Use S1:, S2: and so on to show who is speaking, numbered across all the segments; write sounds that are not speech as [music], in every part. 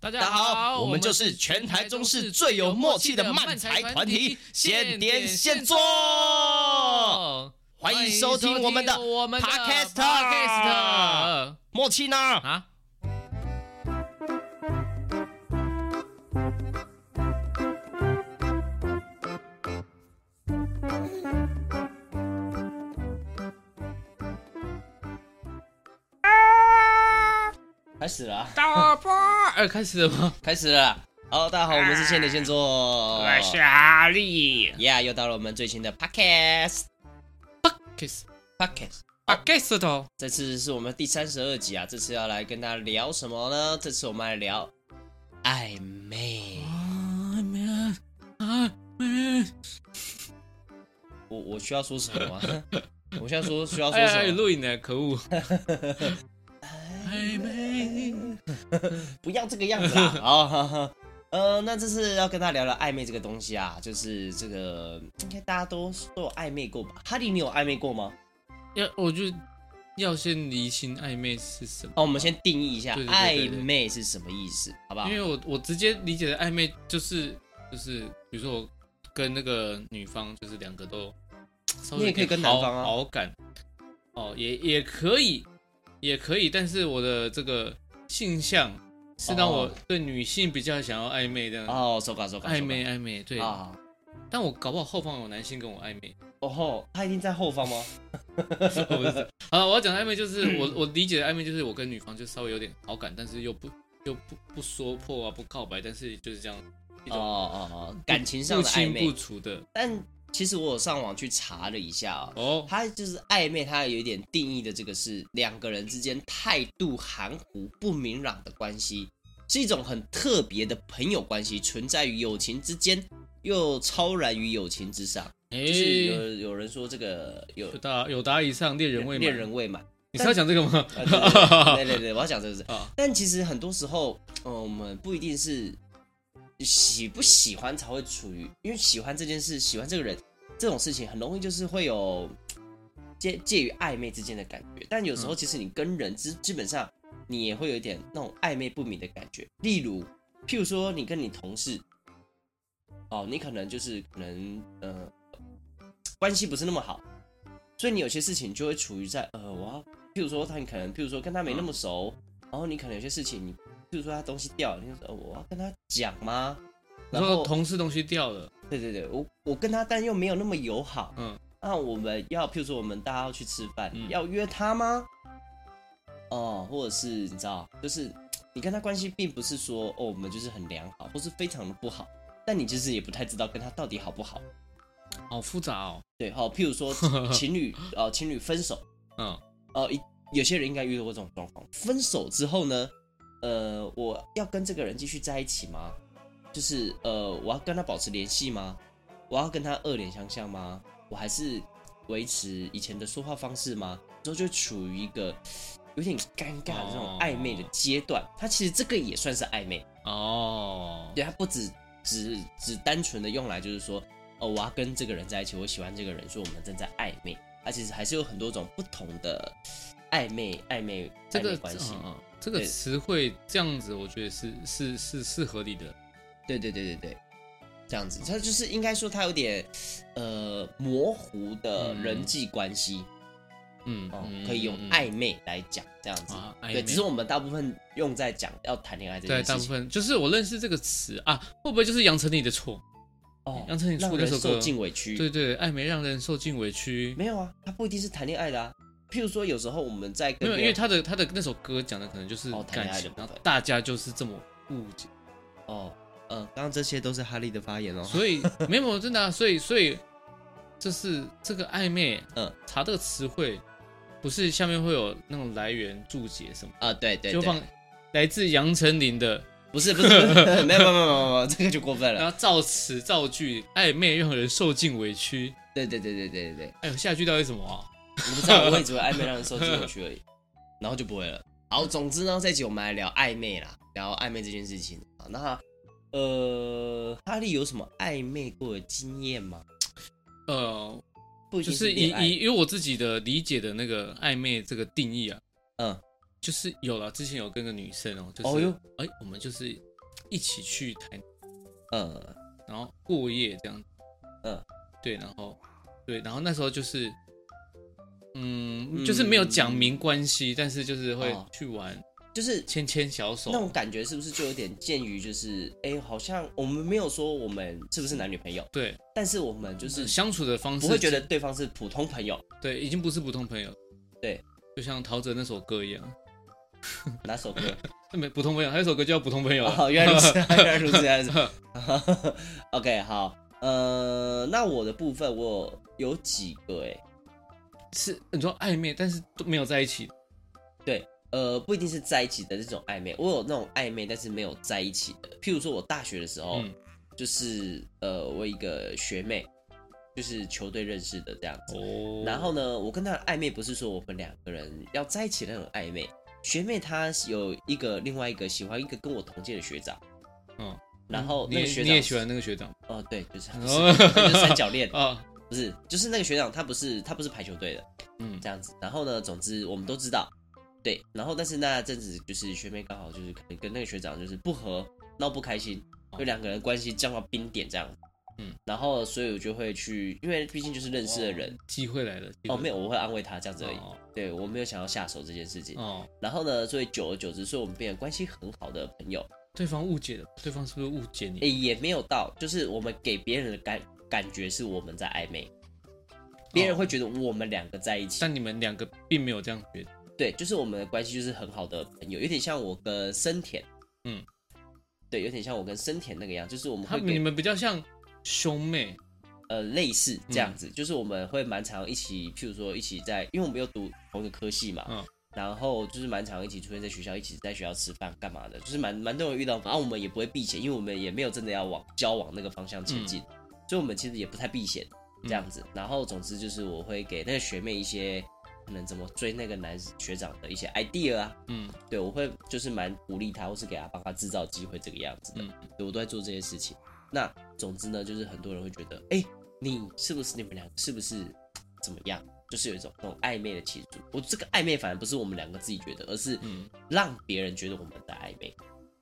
S1: 大
S2: 大家
S1: 家
S2: 好，
S1: 好，
S2: 我们就是全台中市最有默契的漫才团体，现点现做。欢迎收听我们的
S1: 我们的
S2: Podcast
S1: Podcast
S2: 默契呢？
S1: 啊。
S2: 开始了啊，
S1: 大巴，呃，开始了吗？
S2: 开始了啊。哦，大家好，我们是现点现做。
S1: 哈利。
S2: Yeah，又到了我们最新的 Podcast。
S1: Kiss 啊
S2: Podcast，
S1: Podcast，
S2: 这次是我们第三十二集啊，这次要来跟大家聊什么呢？这次我们来聊暧昧。
S1: 啊没啊没，
S2: 我我需要说什么吗？ [laughs] 我需要说需要
S1: 哎
S2: 说
S1: 哎，
S2: 什么？
S1: 录影呢，可 [laughs] 恶。暧昧，
S2: 不要这个样子
S1: [laughs]
S2: 啦！好哈哈，呃，那这次要跟大家聊聊暧昧这个东西啊，就是这个应该大家都都有暧昧过吧？哈利，你有暧昧过吗？
S1: 要我就要先厘清暧昧是什么。
S2: 哦好，我们先定义一下
S1: 对对对对
S2: 暧
S1: 对
S2: 昧是什么意思，好不好
S1: 因？为我我直接理解的暧昧就是就是，比如说我跟那个女方就是两个都，稍微
S2: 你也可以
S1: 有点
S2: 跟男
S1: 好
S2: 方啊
S1: 好感，哦，也也可以，也可以，但是我的这个性向是让我
S2: 哦
S1: 对女性比较想要暧昧的，
S2: 哦，手感手感
S1: 暧昧暧昧，对，
S2: 啊！
S1: 但我搞不好后方有男性跟我暧昧， [laughs]
S2: 哦吼，他一定在后方吗？
S1: 我不是好，我要讲的暧昧
S2: [laughs]
S1: 就是我我理解的暧昧就是我跟女方就稍微有点好感，但是又不又不不说破啊，不告白，但是就是这样一
S2: 哦
S1: 种。
S2: 哦哦，感情上
S1: 不
S2: 的暧
S1: 清不
S2: 昧。
S1: 楚的
S2: 但其实我有上网去查了一下啊、
S1: 哦，
S2: 它就是暧昧，它有一点定义的这个是两个人之间态度含糊不明朗的关系，是一种很特别的朋友关系，存在于友情之间，又超然于友情之上。
S1: 哎
S2: 就是有有人说这个有
S1: 有达有达以上恋人未满，
S2: 恋人未满，
S1: 你是要讲这个吗？[laughs]
S2: 啊对对对对对，我要讲这个是
S1: 啊，
S2: 但其实很多时候，呃，我们不一定是喜不喜欢才会处于，因为喜欢这件事，喜欢这个人这种事情，很容易就是会有介介于暧昧之间的感觉。但有时候，其实你跟人之基本上，你也会有一点那种暧昧不明的感觉。例如，譬如说你跟你同事，哦，你可能就是可能呃关系不是那么好，所以你有些事情就会处于在呃我要。譬如说，他可能，譬如说跟他没那么熟，
S1: 嗯
S2: 然后你可能有些事情，你譬如说他东西掉了，你就说、呃、我要跟他讲吗？
S1: 你
S2: 然
S1: 说
S2: 后
S1: 同事东西掉了，
S2: 对对对，我我跟他但又没有那么友好，
S1: 嗯，
S2: 那我们要譬如说我们大家要去吃饭，
S1: 嗯
S2: 要约他吗？哦、或者是你知道，就是你跟他关系并不是说哦我们就是很良好，或是非常的不好，但你其实也不太知道跟他到底好不好。
S1: 好复杂哦，
S2: 对，好、譬如说情侣呃情侣分手，
S1: 嗯，
S2: 呃，一有些人应该遇到过这种状况。分手之后呢，呃，我要跟这个人继续在一起吗？就是呃，我要跟他保持联系吗？我要跟他恶脸相向吗？我还是维持以前的说话方式吗？之后就处于一个有点尴尬的这种暧昧的阶段。他其实这个也算是暧昧，
S1: 哦，
S2: 对他不只只只单纯的用来就是说，哦，我要跟这个人在一起，我喜欢这个人，所以我们正在暧昧。他其实还是有很多种不同的暧昧暧昧
S1: 这
S2: 暧
S1: 个
S2: 昧关系
S1: 嗯。嗯这个
S2: 对
S1: 词汇这样子，我觉得是是是是合理的，
S2: 对对对对对，这样子，他就是应该说他有点呃模糊的
S1: 嗯
S2: 人际关系、
S1: 嗯
S2: 哦，，
S1: 嗯
S2: 可以用
S1: 嗯嗯
S2: 暧昧来讲这样子。
S1: 啊，暧
S2: 对，
S1: 昧
S2: 只是我们大部分用在讲要谈恋爱这
S1: 对
S2: 件
S1: 大
S2: 事
S1: 部
S2: 情。
S1: 分就是我认识这个词啊，会不会就是杨丞琳的错？
S2: 哦
S1: 杨丞琳
S2: 让
S1: 出那
S2: 人
S1: 首
S2: 受
S1: 歌，
S2: 尽委屈。
S1: 对对，暧昧让人受尽委屈，
S2: 嗯没有啊，他不一定是谈恋爱的啊。譬如说，有时候我们在
S1: 没
S2: 跟
S1: 有，
S2: 别
S1: 因为
S2: 人
S1: 他的他的那首歌讲的可能就是
S2: 哦谈恋
S1: 感
S2: 爱的
S1: 情，
S2: 部
S1: 然
S2: 分
S1: 后大家就是这么误解。
S2: 哦，嗯，刚刚这些都是哈利的发言哦。
S1: 所以没有没有真的、啊，所以所以这是这个暧昧，
S2: 嗯
S1: 查这个词汇，不是下面会有那种来源注解什么，
S2: 啊，对对
S1: 就放
S2: 对，
S1: 来自杨丞琳的，
S2: 不是不是，不是 [laughs] 没有没有没有没有没有，这个就过分了。
S1: 然后造词造句，暧昧让人受尽委屈。
S2: 对对对对对对对，
S1: 哎呦，下一句到底是什么啊？
S2: 我不知道，我也只会暧昧让人受尽委屈而已，然后就不会了。好，总之呢，这一集我们来聊暧昧啦，聊暧昧这件事情啊。那呃，哈利有什么暧昧过的经验吗？
S1: 呃，
S2: 不一
S1: 就
S2: 定
S1: 是以
S2: 恋爱
S1: 以以我自己的理解的那个暧昧这个定义啊，
S2: 嗯，
S1: 就是有了之前有跟个女生哦，就是
S2: 哦哟
S1: 哎，我们就是一起去台南，
S2: 嗯
S1: 然后过夜这样。
S2: 嗯，
S1: 对，然后对，然后那时候就是，嗯，就是没有讲明关系，但是就是会
S2: 哦
S1: 去玩
S2: 就是
S1: 牵牵小手
S2: 那。种感觉是不是就有点鉴于就是，哎、好像我们没有说我们是不是男女朋友，
S1: 对，
S2: 但是我们就是
S1: 相处的方式
S2: 嗯不会觉得对方是普通朋友。
S1: 对，已经不是普通朋友。
S2: 对，
S1: 就像陶喆那首歌一样，
S2: 哪首
S1: [laughs]
S2: 歌？
S1: 没普通朋友，还有一首歌叫《普通朋友》
S2: 哦，原来如此，原来如此，原来如此。OK，好，呃，那我的部分我有几个哎、
S1: 是你说暧昧，但是都没有在一起。
S2: 呃，不一定是在一起的这种暧昧，我有那种暧昧，但是没有在一起的。譬如说，我大学的时候，
S1: 嗯，
S2: 就是呃，我一个学妹，就是球队认识的这样子。
S1: 哦
S2: 然后呢，我跟她的暧昧不是说我们两个人要在一起的那种暧昧。学妹她有一个另外一个喜欢一个跟我同届的学长，
S1: 嗯，
S2: 然后
S1: 你
S2: 那
S1: 也
S2: 个学长
S1: 你也喜欢那个学长
S2: 哦，对，
S1: [laughs]
S2: 就是他不
S1: 哦
S2: 是他就是三角恋，
S1: 啊？
S2: 不是，就是那个学长，他不是他不是排球队的
S1: 嗯，
S2: 这样子。然后呢，总之我们都知道，对。然后但是那阵子就是学妹刚好就是可能跟那个学长就是不和，闹不开心，
S1: 哦
S2: 就两个人关系降到冰点这样子。
S1: 嗯，
S2: 然后所以我就会去，因为毕竟就是认识的人
S1: 哦，机会来了。
S2: 哦，没
S1: 有
S2: 有，我会安慰他这样子而已。
S1: 哦
S2: 对我没有想要下手这件事情。
S1: 哦，
S2: 然后呢，所以久而久之，所以我们变得关系很好的朋友。
S1: 对方误解了，对方是不是误解
S2: 诶，
S1: 你？
S2: 也没有到，就是我们给别人的感感觉是我们在暧昧，别人会觉得我们两个在一起。
S1: 哦但你们两个并没有这样觉得。
S2: 对，就是我们的关系就是很好的朋友，有点像我跟森田，
S1: 嗯，
S2: 对，有点像我跟森田那个样，就是我们
S1: 他
S2: 会
S1: 们你
S2: 给
S1: 们比较像兄妹，
S2: 呃类似这样子，就是我们会蛮常一起，譬如说一起在，因为我们又读同一个科系嘛，
S1: 嗯
S2: 然后就是蛮常一起出现在学校，一起在学校吃饭干嘛的，就是蛮蛮多人遇到，啊然后我们也不会避嫌，因为我们也没有真的要往交往那个方向前进，所以我们其实也不太避嫌这样子。然后总之就是我会给那个学妹一些可能怎么追那个男学长的一些 idea 啊，
S1: 嗯，
S2: 对我会就是蛮鼓励他，或是给他帮他制造机会这个样子的，
S1: 嗯
S2: 对我都在做这些事情。那总之呢，就是很多人会觉得，哎、你是不是你们两个是不是怎么样？就是有一种那种暧昧的情愫。我这个暧昧反而不是我们两个自己觉得，而是
S1: 嗯
S2: 让别人觉得我们在暧昧。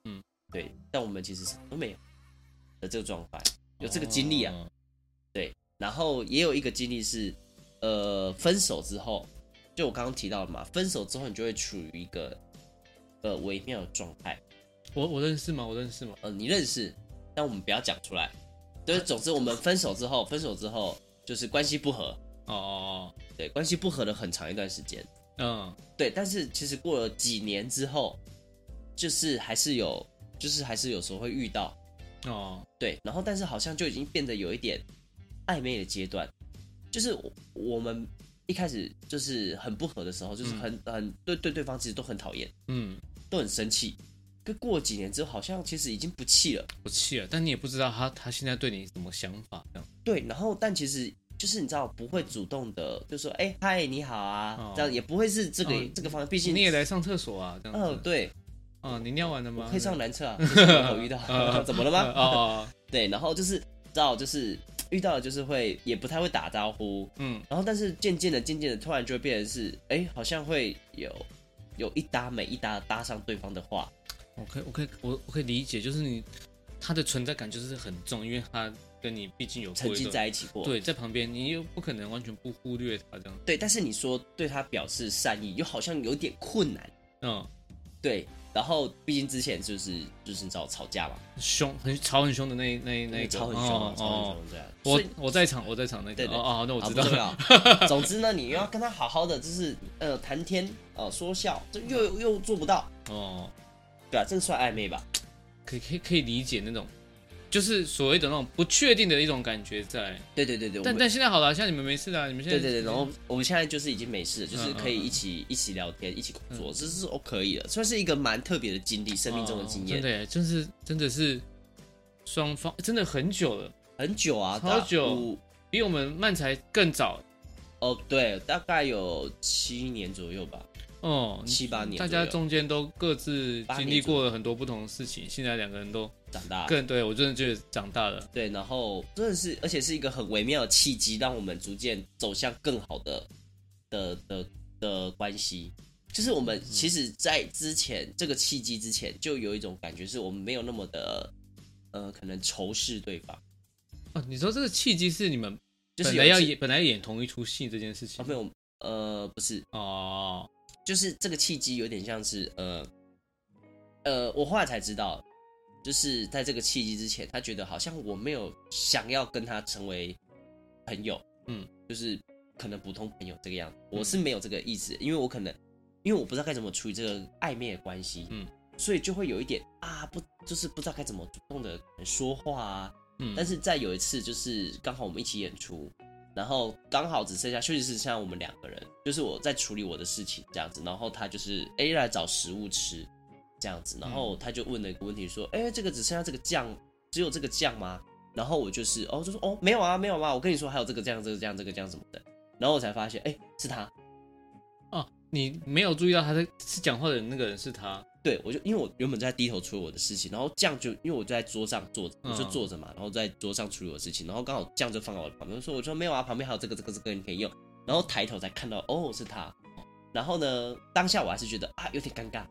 S1: 嗯，
S2: 对，但我们其实什么都没有的这个状态，有这个经历啊。
S1: 哦，
S2: 然后也有一个经历是，呃，分手之后，就我刚刚提到的嘛，分手之后你就会处于一个呃微妙的状态。
S1: 我我认识吗？我认识吗？
S2: 呃，你认识，但我们不要讲出来。就是总之我们分手之后，分手之后就是关系不和，
S1: 哦哦
S2: 对，关系不和了很长一段时间。
S1: 哦，嗯，
S2: 对，但是其实过了几年之后，就是还是有，就是还是有时候会遇到，
S1: 哦，
S2: 对，然后但是好像就已经变得有一点暧昧的阶段，就是我我们一开始就是很不合的时候，就是很、很对对对方其实都很讨厌，
S1: 嗯，
S2: 都很生气。可过几年之后，好像其实已经不气了，
S1: 我气了，但你也不知道他他现在对你什么想法，这样，
S2: 对，然后但其实就是你知道不会主动的就说哎嗨你好啊，
S1: 哦
S2: 这样也不会是这个、
S1: 哦
S2: 这个方向，毕竟
S1: 你也来上厕所啊，这样
S2: 嗯
S1: 子，
S2: 对，
S1: 哦，你尿完了吗？
S2: 配上男
S1: [laughs]
S2: 厕啊，这是我有遇到， [laughs] 怎么了
S1: 了
S2: 吗？
S1: 哦哦，哦
S2: 对，然后就是知道就是遇到了就是会也不太会打招呼，
S1: 嗯，
S2: 然后但是渐渐的、渐渐的，突然就会变成是，哎，好像会有有一搭没一搭地搭上对方的话，
S1: 我可以，我可以，我我可以理解，就是你他的存在感就是很重，因为他跟你毕竟有过一
S2: 曾
S1: 段
S2: 经在一起过。
S1: 对在旁边，你又不可能完全不忽略他这样。
S2: 对但是你说对他表示善意，又好像有点困难。
S1: 嗯，
S2: 对，然后毕竟之前就是就是你知道吵架嘛，
S1: 凶很吵很凶的那那那个
S2: 吵很凶
S1: 哦，
S2: 啊吵很
S1: 哦
S2: 凶对啊。所
S1: 我
S2: 以
S1: 我在场，我在场那个
S2: 对对
S1: 哦哦，那我
S2: 好
S1: 知
S2: 不
S1: 道
S2: 重
S1: 了。 [laughs]
S2: 要。总之呢，你又要跟他好好的，就是呃谈天呃说笑，这又又做不到，
S1: 哦，
S2: 对啊，这个算暧昧吧？
S1: 可以可以可以理解那种，就是所谓的那种不确定的一种感觉在。
S2: 对对对对，我
S1: 但
S2: 们
S1: 但现在好了，像你们没事啊啦，你们现在
S2: 对对对，然后我们现在就是已经没事了，就是
S1: 嗯
S2: 可以一起、一起聊天，一起工作，这是哦可以的，算是一个蛮特别的经历，生命中的经
S1: 哦
S2: 验，
S1: 真的耶，真是真的是双方真的很久了，
S2: 很久啊，
S1: 超
S2: 大
S1: 久
S2: 五
S1: 比我们漫才更早
S2: 哦，对，大概有七年左右吧，
S1: 哦，
S2: 七八年
S1: 大
S2: 左右，
S1: 家中间都各自
S2: 八
S1: 经
S2: 年
S1: 历
S2: 左啊
S1: 过了很多不同的事情，现在两个人都
S2: 长大，
S1: 更对我真的觉得长大了。
S2: 对，然后真的是，而且是一个很微妙的契机，让我们逐渐走向更好的的的的关系，就是我
S1: 嗯
S2: 们其实，在之前这个契机之前，就有一种感觉，是我们没有那么的，呃，可能仇视对方，
S1: 哦，你说这个契机是你们
S2: 就是
S1: 本
S2: 有
S1: 来要
S2: 一次
S1: 演本来演同一出戏这件事情
S2: 啊，没有，呃，不是，
S1: 哦，
S2: 就是这个契机有点像是，呃，呃，我后来才知道，就是在这个契机之前，他觉得好像我没有想要跟他成为朋友，
S1: 嗯，
S2: 就是可能普通朋友这个样子，我是没有这个意思，因为我可能，因为我不知道该怎么处理这个暧昧的关系，
S1: 嗯，
S2: 所以就会有一点啊，不，就是不知道该怎么主动的说话啊，
S1: 嗯，
S2: 但是在有一次，就是刚好我们一起演出，然后刚好只剩下休息室剩下我们两个人，就是我在处理我的事情这样子，然后他就是哎、诶来找食物吃这样子，然后他就问了一个问题说，哎、这个只剩下这个酱，只有这个酱吗？然后我就是哦就说哦没有啊没有啊，我跟你说还有这个酱这个酱这个酱什么的，然后我才发现哎、诶是他，
S1: 哦，你没有注意到他在是讲话的那个人是他，
S2: 对，我就因为我原本在低头处理我的事情，然后酱就因为我就在桌上坐着，我就
S1: 嗯
S2: 坐着嘛，然后在桌上处理我的事情，然后刚好酱就放在我旁边，我说我说没有啊，旁边还有这个这个这个你可以用，然后抬头才看到哦是他，然后呢当下我还是觉得啊有点尴尬，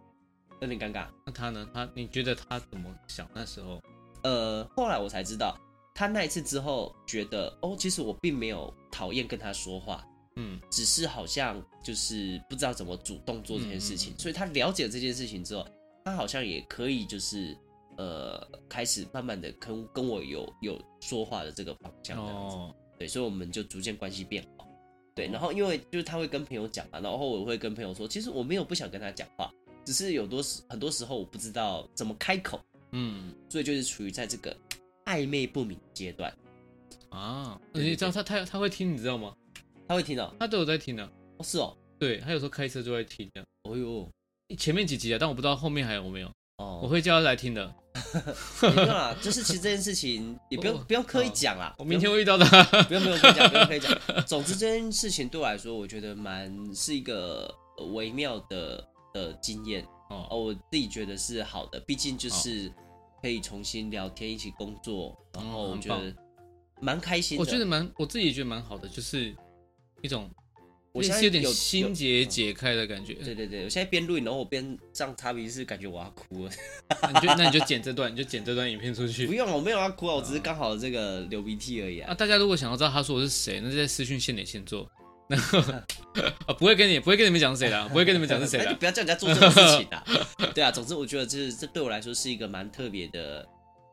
S2: 有点尴尬，
S1: 那他呢？他你觉得他怎么想？那时候
S2: 呃后来我才知道他那一次之后觉得哦其实我并没有讨厌跟他说话，
S1: 嗯
S2: 只是好像就是不知道怎么主动做这件事情，
S1: 嗯嗯嗯
S2: 所以他了解这件事情之后，他好像也可以就是呃开始慢慢的跟跟我有有说话的这个方向这样子，
S1: 哦
S2: 对，所以我们就逐渐关系变好，对，然后因为就是他会跟朋友讲嘛，然后我会跟朋友说，其实我没有不想跟他讲话，只是有多时很多时候我不知道怎么开口，
S1: 嗯
S2: 所以就是处于在这个暧昧不明阶段，
S1: 啊，
S2: 对对
S1: 你知道他他他会听你知道吗？
S2: 他会听到、
S1: 他都有在听呢、
S2: 哦是哦，
S1: 对他有时候开车就会听的。
S2: 哦呦，
S1: 前面几集啊，但我不知道后面还有没有，
S2: 哦
S1: 我会叫他来听的。
S2: 没有啦，就是其实这件事情也不用
S1: 哦
S2: 不用刻意讲啦。
S1: 我明天
S2: 不
S1: 会遇到他。
S2: 用不用刻意讲，不用刻意讲。总之这件事情对我来说，我觉得蛮是一个呃微妙的的经验
S1: [laughs]
S2: 哦，
S1: 哦，
S2: 我自己觉得是好的，毕竟就是可以重新聊天，一起工作，然后
S1: 嗯
S2: 我
S1: 很
S2: 觉得蛮开心的。
S1: 哦我觉得蛮，我自己也觉得蛮好的，就是一种，
S2: 我
S1: 类
S2: 现在
S1: 似有点
S2: 有嗯
S1: 心结
S2: 有
S1: 解开的感觉。
S2: 对对对，我现在边录影，然后我边上插鼻是感觉我要
S1: [laughs]
S2: 哭了。
S1: 那你就那你就剪这段，你就剪这段影片出
S2: 不
S1: 去。
S2: 用了，我没有要哭啊，我只是刚好这个流鼻涕而已
S1: 啊，
S2: 啊。
S1: 大家如果想要知道他说我是谁，那就在私讯现点现做。 [laughs] 然后啊，不会跟你不会跟你们讲是谁的啊，不会跟你们讲是谁
S2: 那
S1: 的
S2: 哎 [laughs] 就
S1: 啊。
S2: 不要叫人家做这种事 [laughs] 情啦。对啊，总之我觉得这这对我来说是一个蛮特别的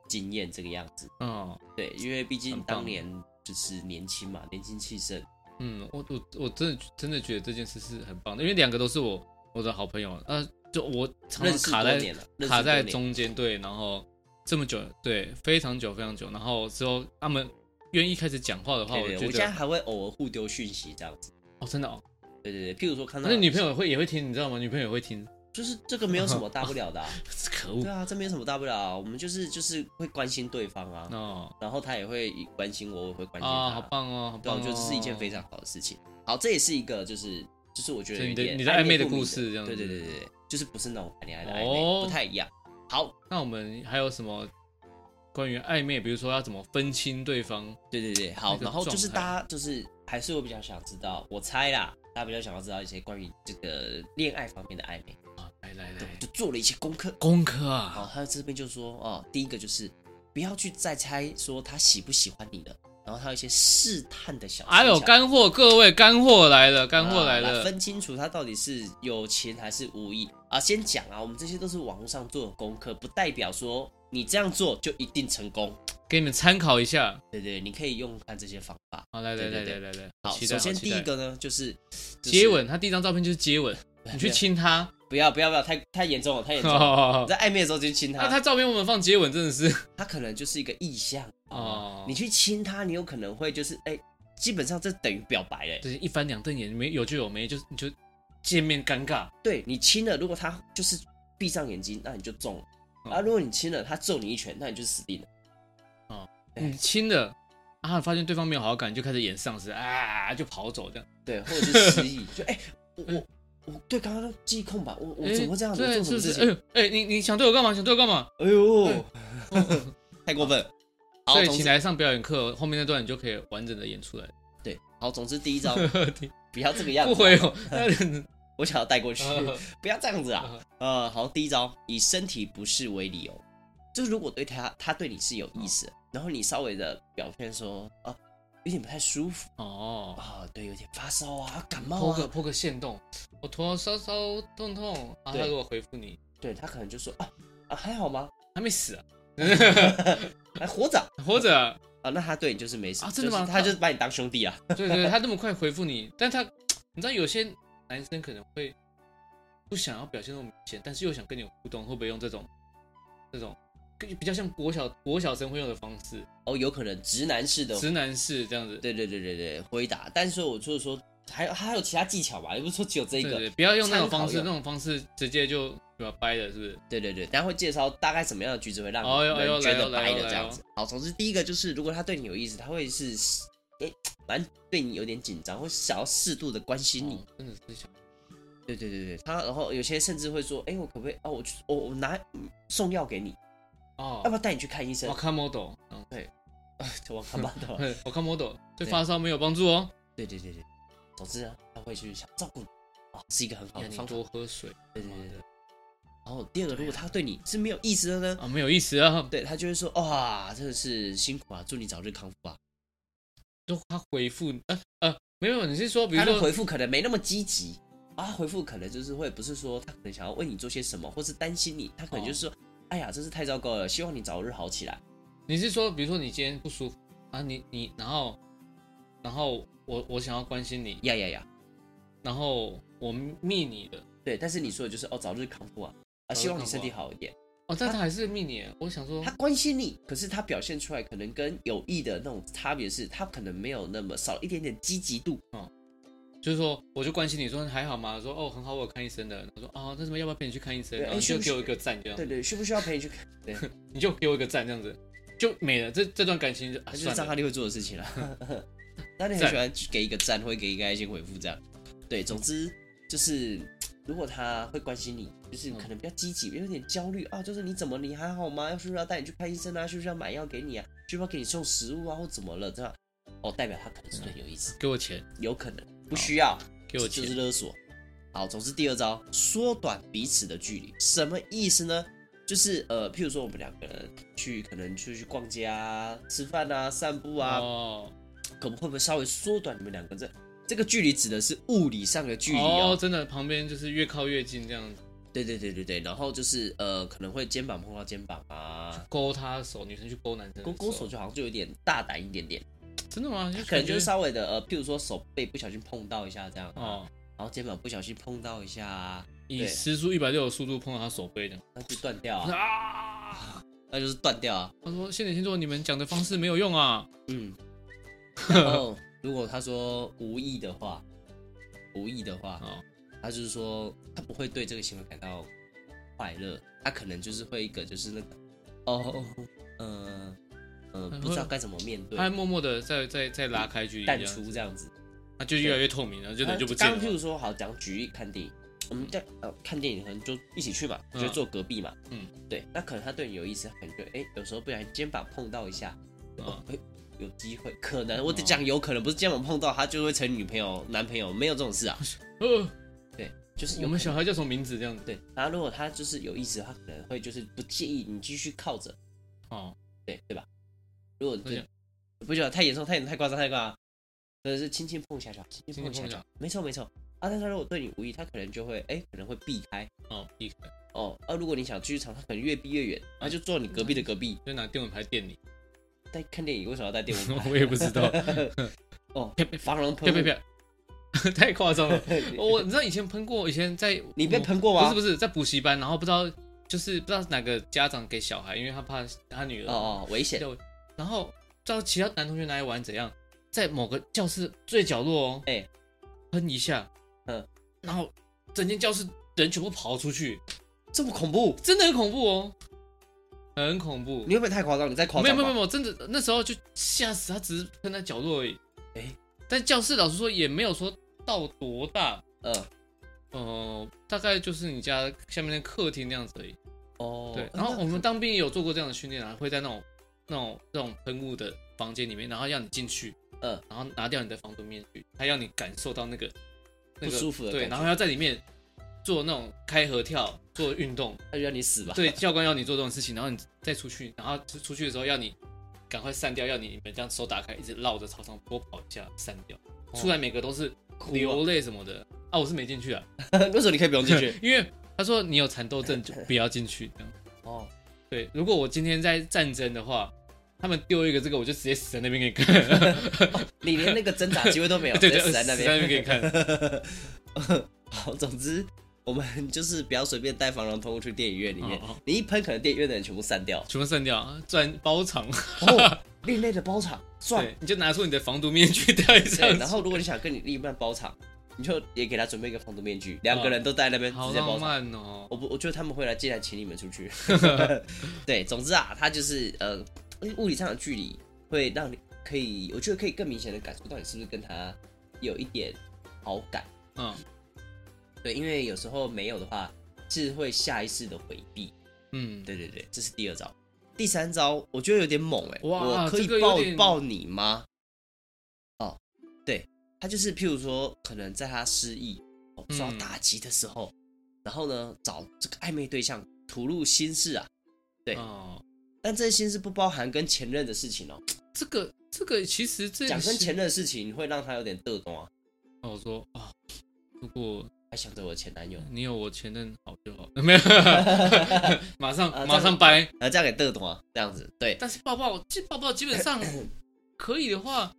S2: 经验，这个样子。
S1: 哦，
S2: 对，因为毕竟
S1: 很棒
S2: 当年就是年轻嘛，年轻气盛。
S1: 嗯，我我我真的真的觉得这件事是很棒的，因为两个都是我我的好朋友，呃，就我常
S2: 认
S1: 常
S2: 识
S1: 卡
S2: 多
S1: 在
S2: 年了，认识
S1: 卡在
S2: 多年，
S1: 中间，对，然后这么久，对，非常久，非常久，然后之后他们愿意开始讲话的话，
S2: 对对，我
S1: 觉
S2: 们现
S1: 得
S2: 在还会偶尔互丢讯息这样子。
S1: 哦，真的哦，
S2: 对对对，譬如说看到
S1: 那女朋友会也会听，你知道吗？女朋友也会听，
S2: 就是这个没有什么大不了的、啊，
S1: 可
S2: 对
S1: 恶
S2: 啊，这没有什么大不了、啊，我们就是就是会关心对方啊，
S1: 哦
S2: 然后他也会关心我，我也会关心他，
S1: 啊，好棒哦，好
S2: 对
S1: 棒
S2: 啊，我
S1: 哦，
S2: 觉得这是一件非常好的事情。好，这也是一个就是就是我觉得
S1: 所以你
S2: 有
S1: 的
S2: 点
S1: 你的暧昧的
S2: 不明
S1: 故事这样子
S2: 对对对对，对就是不是那种谈恋爱的暧昧，
S1: 哦
S2: 不太一样。好，
S1: 那我们还有什么关于暧昧，比如说要怎么分清对方？
S2: 对对对，好
S1: 那，个
S2: 然后就是
S1: 状态
S2: 大家就是还是我比较想知道，我猜啦，大家比较想要知道一些关于这个恋爱方面的暧昧，
S1: 啊来来
S2: 对，我
S1: 来，
S2: 就做了一些功课。
S1: 功课
S2: 好，
S1: 啊，
S2: 他这边就说哦，第一个就是不要去再猜说他喜不喜欢你了，然后他有一些试探的小技巧，
S1: 还有哎干货，各位干货来了，干货来
S2: 啊
S1: 了，
S2: 分清楚他到底是有情还是无意啊。先讲啊，我们这些都是网络上做的功课，不代表说你这样做就一定成功。
S1: 给你们参考一下。
S2: 对对，你可以用看这些方法。
S1: 好，来来来
S2: 对对
S1: 来来来，
S2: 好，
S1: 期
S2: 首
S1: 待
S2: 先
S1: 好期
S2: 第一
S1: 待
S2: 个呢，就是
S1: 接，
S2: [laughs]
S1: 吻，他第一张照片就是接吻，
S2: 就是
S1: 你去亲他。
S2: 不要不要不要，太太严重了，太严重了。
S1: 哦
S2: 你，在暧昧的时候就去亲
S1: 那
S2: 他，
S1: 他照片我们放接吻真的是，
S2: 他可能就是一个意向哦
S1: 哦。
S2: 你去亲他，你有可能会就是哎，基本上这等于表白欸嘞。
S1: 就是一翻两瞪眼，没有就有，没就你就见面尴尬。
S2: 对你亲了，如果他就是闭上眼睛，那你就中了。啊，
S1: 哦
S2: 如果你亲了，他揍你一拳，那你就死定了。对
S1: 你嗯亲了啊，发现对方没有好感，就开始演丧尸啊，就跑走这样。
S2: 对，或者是失忆，就哎、我我我对刚刚的记忆空白，我我
S1: 哎
S2: 怎么会这样子？我
S1: 对，
S2: 做什
S1: 是不
S2: 么
S1: 是？
S2: 事情？
S1: 哎呦，哎，你你想对我干嘛？想对我干嘛？
S2: [laughs]
S1: 嗯
S2: 哎呦，太过分了。好，
S1: 所以
S2: 总
S1: 请
S2: 之
S1: 来上表演课，后面那段你就可以完整的演出来。 [laughs] 哦
S2: [laughs] 对，好，总之第一招不要这个样子，
S1: 不
S2: 啊
S1: 回我，那
S2: 我想要带过去，不要这样子啊
S1: 嗯。
S2: 呃，好，第一招以身体不适为理由，就是如果对他他对你是有意思的，然后你稍微的表现说啊，有点不太舒服
S1: 哦，
S2: 啊，对，有点发烧啊，感冒
S1: 破
S2: 啊
S1: 个，破个线洞，我头稍稍痛痛啊，
S2: 对
S1: 他给我回复你
S2: 对他可能就说啊啊还好吗？
S1: 还没死啊，
S2: 还活着啊
S1: 活着啊，
S2: 啊？那他对你就是没什么，
S1: 啊真的吗
S2: 就是他就是把你当兄弟啊。
S1: 对对，他那么快回复你，但他你知道有些男生可能会不想要表现那么明显，但是又想跟你有互动，会不会用这种这种跟比较像国小国小生会用的方式，
S2: 哦，有可能直男式的，
S1: 直男式这样子？
S2: 对对对对对，回答。但是我就是说，还有还有其他技巧吧，又不是说只有这一
S1: 对
S2: 个。
S1: 对，不要用那种方式，
S2: 参
S1: 那
S2: 考
S1: 种方式直接就对吧掰了，是不是？
S2: 对对对，大家会介绍大概什么样的举止会让
S1: 哦哎呦哎呦
S2: 人觉得
S1: 来
S2: 白
S1: 哦
S2: 的
S1: 来哦
S2: 这样子。好，总之第一个就是，如果他对你有意思，他会是，哎，蛮对你有点紧张，会想要适度的关心你。
S1: 哦真的是想
S2: 对对对对，他然后有些甚至会说，哎，我可不可以？哦，我去，我我拿嗯送药给你，要不
S1: 哦，
S2: 要带你去看医生
S1: 我？看 model，嗯
S2: 我看吧，对
S1: [laughs]
S2: 吧？
S1: 对我看 model 对
S2: 对
S1: 发烧没有帮助哦，
S2: 对对对对，总之呢，他会去想照顾你，哦，是一个很好
S1: 要
S2: 的
S1: 你
S2: 方法。
S1: 多喝水
S2: 对对对对。然后第二个，如果他对你是没有意思的呢，
S1: 啊，没有意思啊。
S2: 对他就会说，哇，真的是辛苦啊，祝你早日康复啊。
S1: 就他回复呃呃，没有，你是说比如
S2: 他
S1: 说
S2: 的回复可能没那么积极啊，他回复可能就是会不是说他可能想要为你做些什么，或是担心你，他可能就是
S1: 哦
S2: 说，哎呀，真是太糟糕了，希望你早日好起来。
S1: 你是说，比如说你今天不舒服啊，你你然后然后我我想要关心你，
S2: 呀呀呀，
S1: 然后我密你的
S2: 对，但是你说的就是哦，早日康复啊，
S1: 早
S2: 啊，
S1: 日
S2: 希望你
S1: 康复
S2: 身体
S1: 啊
S2: 好一点。
S1: 哦，但他还是密你耶，我想说
S2: 他关心你，可是他表现出来可能跟有意的那种差别是，他可能没有那么少一点点积极度。
S1: 就是说我就关心你说还好吗？说哦很好，我有看医生的，他说哦那什么要不要陪你去看医生？
S2: 对
S1: 然后你
S2: 哎
S1: 就
S2: 是不是
S1: 给我一个赞这样
S2: 对，对，需不需要陪你去看？对，
S1: 你就给我一个赞这样子就没了，这这段感情就、啊、
S2: 那就是
S1: 算
S2: 张哈
S1: 了。
S2: 利会做的事情啦。
S1: [laughs]
S2: 那你很
S1: 赞
S2: 喜欢去给一个赞，会给一个爱心回复这样。对，总之就是如果他会关心你，就是可能比较积极，有点焦虑啊，就是你怎么了你还好吗？要是不是要带你去看医生啊？需不需要买药给你啊？需不需要给你送食物啊？或怎么了这样？哦，代表他可能是对你有意思，
S1: 给我钱，
S2: 有可能不需要，
S1: 给我
S2: 就是
S1: 钱，
S2: 勒索。好，总之第二招缩短彼此的距离，什么意思呢？就是呃，譬如说我们两个人去可能出去逛街啊、吃饭啊、散步啊，
S1: 哦
S2: 可不会不会稍微缩短你们两个这这个距离？指的是物理上的距离
S1: 哦
S2: 哦。
S1: 真的旁边就是越靠越近这样子，
S2: 对对对对对，然后就是呃，可能会肩膀碰到肩膀啊，
S1: 勾他的手，女生去勾男生的
S2: 勾勾手就好像就有点大胆一点点，
S1: 真的吗？
S2: 可能
S1: 感
S2: 就
S1: 觉
S2: 是稍微的呃，譬如说手背不小心碰到一下这样啊，
S1: 哦。
S2: 然后肩膀不小心碰到一下啊，
S1: 以
S2: 对
S1: 时速一百六的速度碰到他手背的。
S2: 那就断掉啊，
S1: 啊！
S2: 那就是断掉啊。
S1: 他说：“现点星座，你们讲的方式没有用啊。 [laughs]
S2: 嗯，然后如果他说无意的话，无意的话，
S1: 哦
S2: 他就是说他不会对这个行为感到快乐，他可能就是会一个就是那个哦，呃呃，不知道该怎么面”对
S1: 他，还默默的再再再拉开距离，
S2: 淡
S1: 这样
S2: 出这样子。
S1: 他就越来越透明了，就人就不见
S2: 呃刚刚譬
S1: 了。
S2: 如说好讲举例看电影，我们在呃看电影可能就一起去嘛，
S1: 嗯
S2: 就坐隔壁嘛，
S1: 嗯，
S2: 对，那可能他对你有意思，他可能就哎有时候不小心肩膀碰到一下，哦
S1: 嗯，
S2: 哎有机会，可能我只讲有可能，不是肩膀碰到他就会成女朋友、男朋友，没有这种事啊，
S1: 呃，
S2: 对，就是有
S1: 我们
S2: 可能
S1: 小孩叫什么名字？这样子
S2: 对，然后如果他就是有意思，他可能会就是不介意你继续靠着，
S1: 哦，
S2: 对对吧？如果对
S1: 对，
S2: 不觉得太严重、太严重、太夸张、太夸张，真的是轻轻碰一下就好，轻轻
S1: 轻
S2: 碰一
S1: 轻
S2: 下
S1: 碰
S2: 就
S1: 一
S2: 好，没错没错。啊，但是他如果对你无意，他可能就会哎、可能会避开
S1: 哦，避开，
S2: 哦。啊，如果你想继续藏，他可能越避越远，他就坐你隔壁的隔壁。
S1: 就拿电蚊拍电你。
S2: 在看电影为什么要
S1: [laughs]
S2: 带电蚊拍？
S1: 我也不知道
S2: [laughs] 哦
S1: 啪啪，[laughs]
S2: 防狼
S1: 啪
S2: 喷
S1: 啪
S2: [laughs] 雾，哦
S1: 啪， [laughs] 太夸张了。我你知道以前喷过，以前在
S2: [laughs] 你被
S1: 我
S2: 喷过啊
S1: 不
S2: 吗？
S1: 是不是在补习班，然后不知道就是不知道哪个家长给小孩，因为他怕他女儿
S2: 哦哦，危险。
S1: 对，然后到其他男同学拿来玩怎样，在某个教室最角落哦，
S2: 哎
S1: 喷一下，
S2: 嗯，
S1: 然后整间教室人全部跑出去，
S2: 这么恐怖，
S1: 真的很恐怖哦，很恐怖
S2: 你。会不会太夸张？你再夸张
S1: 没有
S2: 吧
S1: 没有没有，真的那时候就吓死他，只是喷在角落而已。
S2: 哎
S1: 但教室老师说也没有说到多大，
S2: 嗯
S1: 呃，大概就是你家下面的客厅那样子而已。
S2: 哦，
S1: 对
S2: 哎，
S1: 然后
S2: 那
S1: 我们当兵也有做过这样的训练啊，会在那种那种那种喷雾的房间里面，然后让你进去，
S2: 嗯，
S1: 然后拿掉你的防毒面具，他要你感受到那个那个
S2: 不舒服的
S1: 对，
S2: 感觉
S1: 然后要在里面做那种开合跳，做运动，
S2: 那就让你 [laughs] 死吧。
S1: 对，教官要你做这种事情，然后你再出去，然后出出去的时候要你赶快散掉，要你们这样手打开，一直绕着操场多跑一下，散掉。
S2: 哦
S1: 出来每个都是
S2: 哭哦 [laughs]
S1: 流泪什么的啊，我是没进去啊，
S2: 为什么你可以不用
S1: [laughs]
S2: 进去？
S1: 因为他说你有蚕豆症就不要进去。这样
S2: 哦，
S1: 对，如果我今天在战争的话，他们丢一个这个，我就直接死在那边给你
S2: [laughs]
S1: 看。
S2: 你连那个挣扎机会都没
S1: [laughs]
S2: 有，
S1: 对
S2: 直
S1: 对，
S2: 接死在那
S1: 死在那边给你
S2: 边。
S1: 看。
S2: 好，总之我们就是不要随便带防狼喷雾去电影院里面
S1: 哦哦，
S2: 你一喷可能电影院的人全部
S1: [laughs]
S2: 散掉。
S1: 全部散掉，赚包场。
S2: 哦，另类的包场，赚
S1: 对，你就拿出你的防毒面具戴上
S2: 对，
S1: 去，
S2: 然后如果你想跟你另一半包场，你就也给他准备一个防毒面具，两个人都在那边直
S1: 好
S2: 接包
S1: 浪
S2: 场。
S1: 漫哦。
S2: 我不，我觉得他们会来进来请你们
S1: [laughs]
S2: 出去。 [laughs] 对，总之啊，他就是呃，物理上的距离会让你可以，我觉得可以更明显的感受到你是不是跟他有一点好感。
S1: 嗯
S2: 对，因为有时候没有的话，是会下意识的回避。
S1: 嗯，
S2: 对对对，这是第二招。第三招我觉得有点猛哎、
S1: 哇
S2: 我可以
S1: 这个有
S2: 抱、
S1: 点
S2: 抱你吗？哦，对，他就是譬如说，可能在他失意、哦、受到
S1: 嗯
S2: 打击的时候，然后呢找这个暧昧对象吐露心事啊，对
S1: 哦，
S2: 但这些心事不包含跟前任的事情哦，
S1: 这个这个其实这
S2: 讲跟
S1: 是
S2: 前任的事情会让他有点得动啊，
S1: 哦我说啊，如果
S2: 还想着我前男友，
S1: 你有我前任好就
S2: [laughs]
S1: 好， [laughs] 没有，马上
S2: 啊
S1: 马
S2: 这样
S1: 上掰。
S2: 然后这样给得动啊，这样子，对，
S1: 但是抱抱，这抱抱基本上可以的话，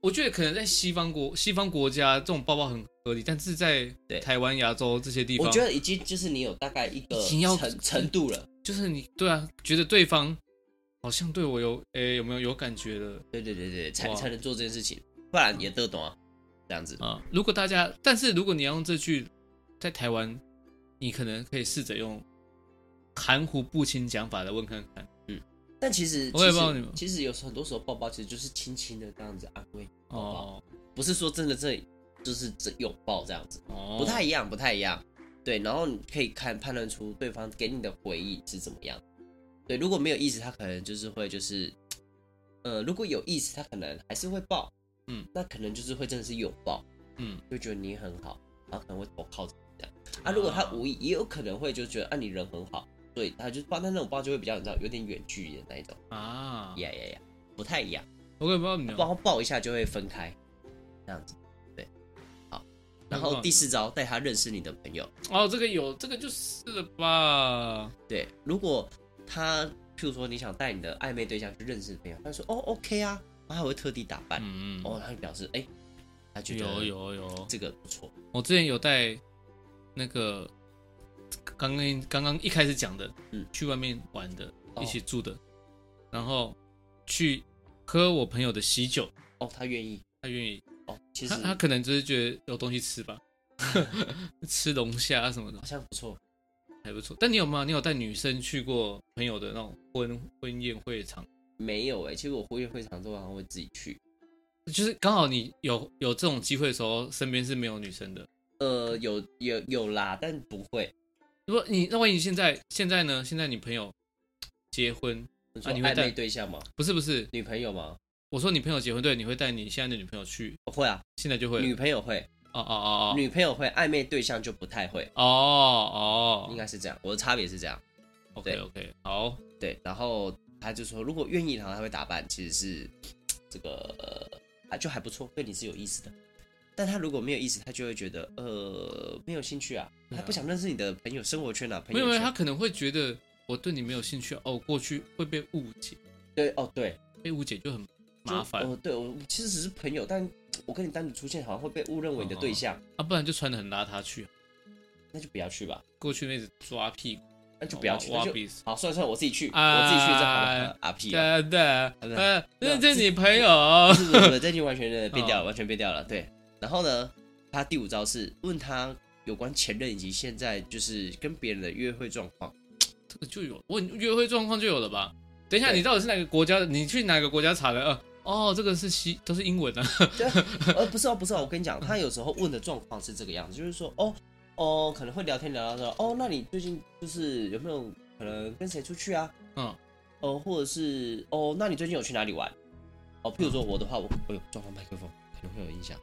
S1: 我觉得可能在西方国西方国家这种抱抱很合理，但是在
S2: 对
S1: 台湾、亚洲这些地方，
S2: 我觉得已经就是你有大概一个
S1: 已经要
S2: 程程度了，
S1: 就是你对啊，觉得对方好像对我有诶、有没有有感觉了
S2: 对对对对，才
S1: 哇
S2: 才能做这件事情，不然也得懂啊，这样子。
S1: 啊？如果大家，但是如果你要用这句，在台湾，你可能可以试着用含糊不清讲法来问看看
S2: 但其实
S1: 我也不知
S2: 其
S1: 道
S2: 实
S1: 你们
S2: 其实有时候很多时候抱抱其实就是轻轻的这样子安慰，
S1: 哦
S2: 不是说真的这就是这拥抱这样子，
S1: 哦，
S2: 不太一样，不太一样。对，然后你可以看判断出对方给你的回应是怎么样。对，如果没有意思，他可能就是会就是，呃，如果有意思，他可能还是会抱，
S1: 嗯，
S2: 那可能就是会真的是拥抱，
S1: 嗯，
S2: 就觉得你很好，然后可能会投靠这样。啊，如果他无意，也有可能会就觉得啊你人很好，对，他就抱，但那种抱就会比较你知道有点远距离的那一种，
S1: 啊，嗯
S2: 呀呀呀，不太一样。
S1: 我也不知道你
S2: 然后抱一下就会分开，这样子，对，好。然后第四招，带他认识你的朋友。
S1: 哦，这个有这个就是了吧？
S2: 对，如果他譬如说你想带你的暧昧对象去认识朋友，他说哦 OK 啊，然后他还会特地打扮，
S1: 嗯，
S2: 哦，他就表示哎、他觉
S1: 有
S2: 得
S1: 有有，
S2: 这个不错，
S1: 我之前有带那个刚刚刚刚一开始讲的，
S2: 嗯
S1: 去外面玩的，
S2: 哦
S1: 一起住的，然后去喝我朋友的喜酒，
S2: 哦，他愿意，
S1: 他愿意，
S2: 哦，其实
S1: 他他
S2: 好
S1: 可能就是觉得有东西吃吧， [laughs] 吃龙虾什么的
S2: 像不错，
S1: 还不错。但你有吗？你有带女生去过朋友的那种婚婚宴会场？
S2: 没有哎、其实我婚宴会场之后好像会自己去，
S1: 就是刚好你有有这种机会的时候，身边是没有女生的。
S2: 呃，有有有啦，但不会，
S1: 如果你那万一你现在现在呢？现在你朋友结婚，
S2: 你说
S1: 啊你会
S2: 暧
S1: 带
S2: 昧对象吗？
S1: 不是不是，
S2: 女朋友吗？
S1: 我说你朋友结婚，对，你会带你现在的女朋友去，
S2: 会啊，
S1: 现在就会
S2: 女朋友会，
S1: 哦哦哦
S2: 女朋友会，暧昧对象就不太会。
S1: 哦哦
S2: 应
S1: 哦
S2: 该是这样，我的差别是这样。
S1: ，OK OK，好，
S2: 对，然后他就说，如果愿意的话，他会打扮，其实是这个啊，就还不错，对你是有意思的。但他如果没有意思，他就会觉得呃没有兴趣啊，
S1: 对啊
S2: 他不想认识你的朋友生活圈啊，朋
S1: 没有
S2: 友
S1: 没有，
S2: 圈。
S1: 他可能会觉得我对你没有兴趣哦，过去会被误解，
S2: 对哦对，
S1: 被误解就很
S2: 就
S1: 麻烦
S2: 哦对，我其实只是朋友，但我跟你单独出现，好像会被误认为你的对象，
S1: 啊，不然就穿的很邋遢去，
S2: 那就不要去吧，
S1: 过去那直抓屁股，
S2: 那就不要去，
S1: 挖
S2: 那
S1: 挖
S2: 就
S1: 鼻子。
S2: 好，算了算了，我自己去，
S1: 啊
S2: 我自己去就好了。啊屁啊！
S1: 真的，
S2: 对
S1: 呃，那
S2: 对
S1: 这
S2: 啊
S1: 是你朋友
S2: 不，是不是不是，这就完全的变掉了，完全变掉了。对，然后呢，他第五招是问他有关前任以及现在就是跟别人的约会状况。
S1: 这个就有问约会状况就有了吧？等一下，
S2: 对
S1: 你到底是哪个国家的？你去哪个国家查的？呃，哦，这个是西，都是英文啊。 [laughs]
S2: 对， [laughs] 呃，不是哦，不是哦，我跟你讲，他有时候问的状况是这个样子，就是说，哦，哦，可能会聊天聊到说，哦，那你最近就是有没有可能跟谁出去啊？
S1: 嗯，
S2: 哦，或者是哦，那你最近有去哪里玩？哦，譬如说我的话，我哎呦，撞到麦克风，可能会有影响。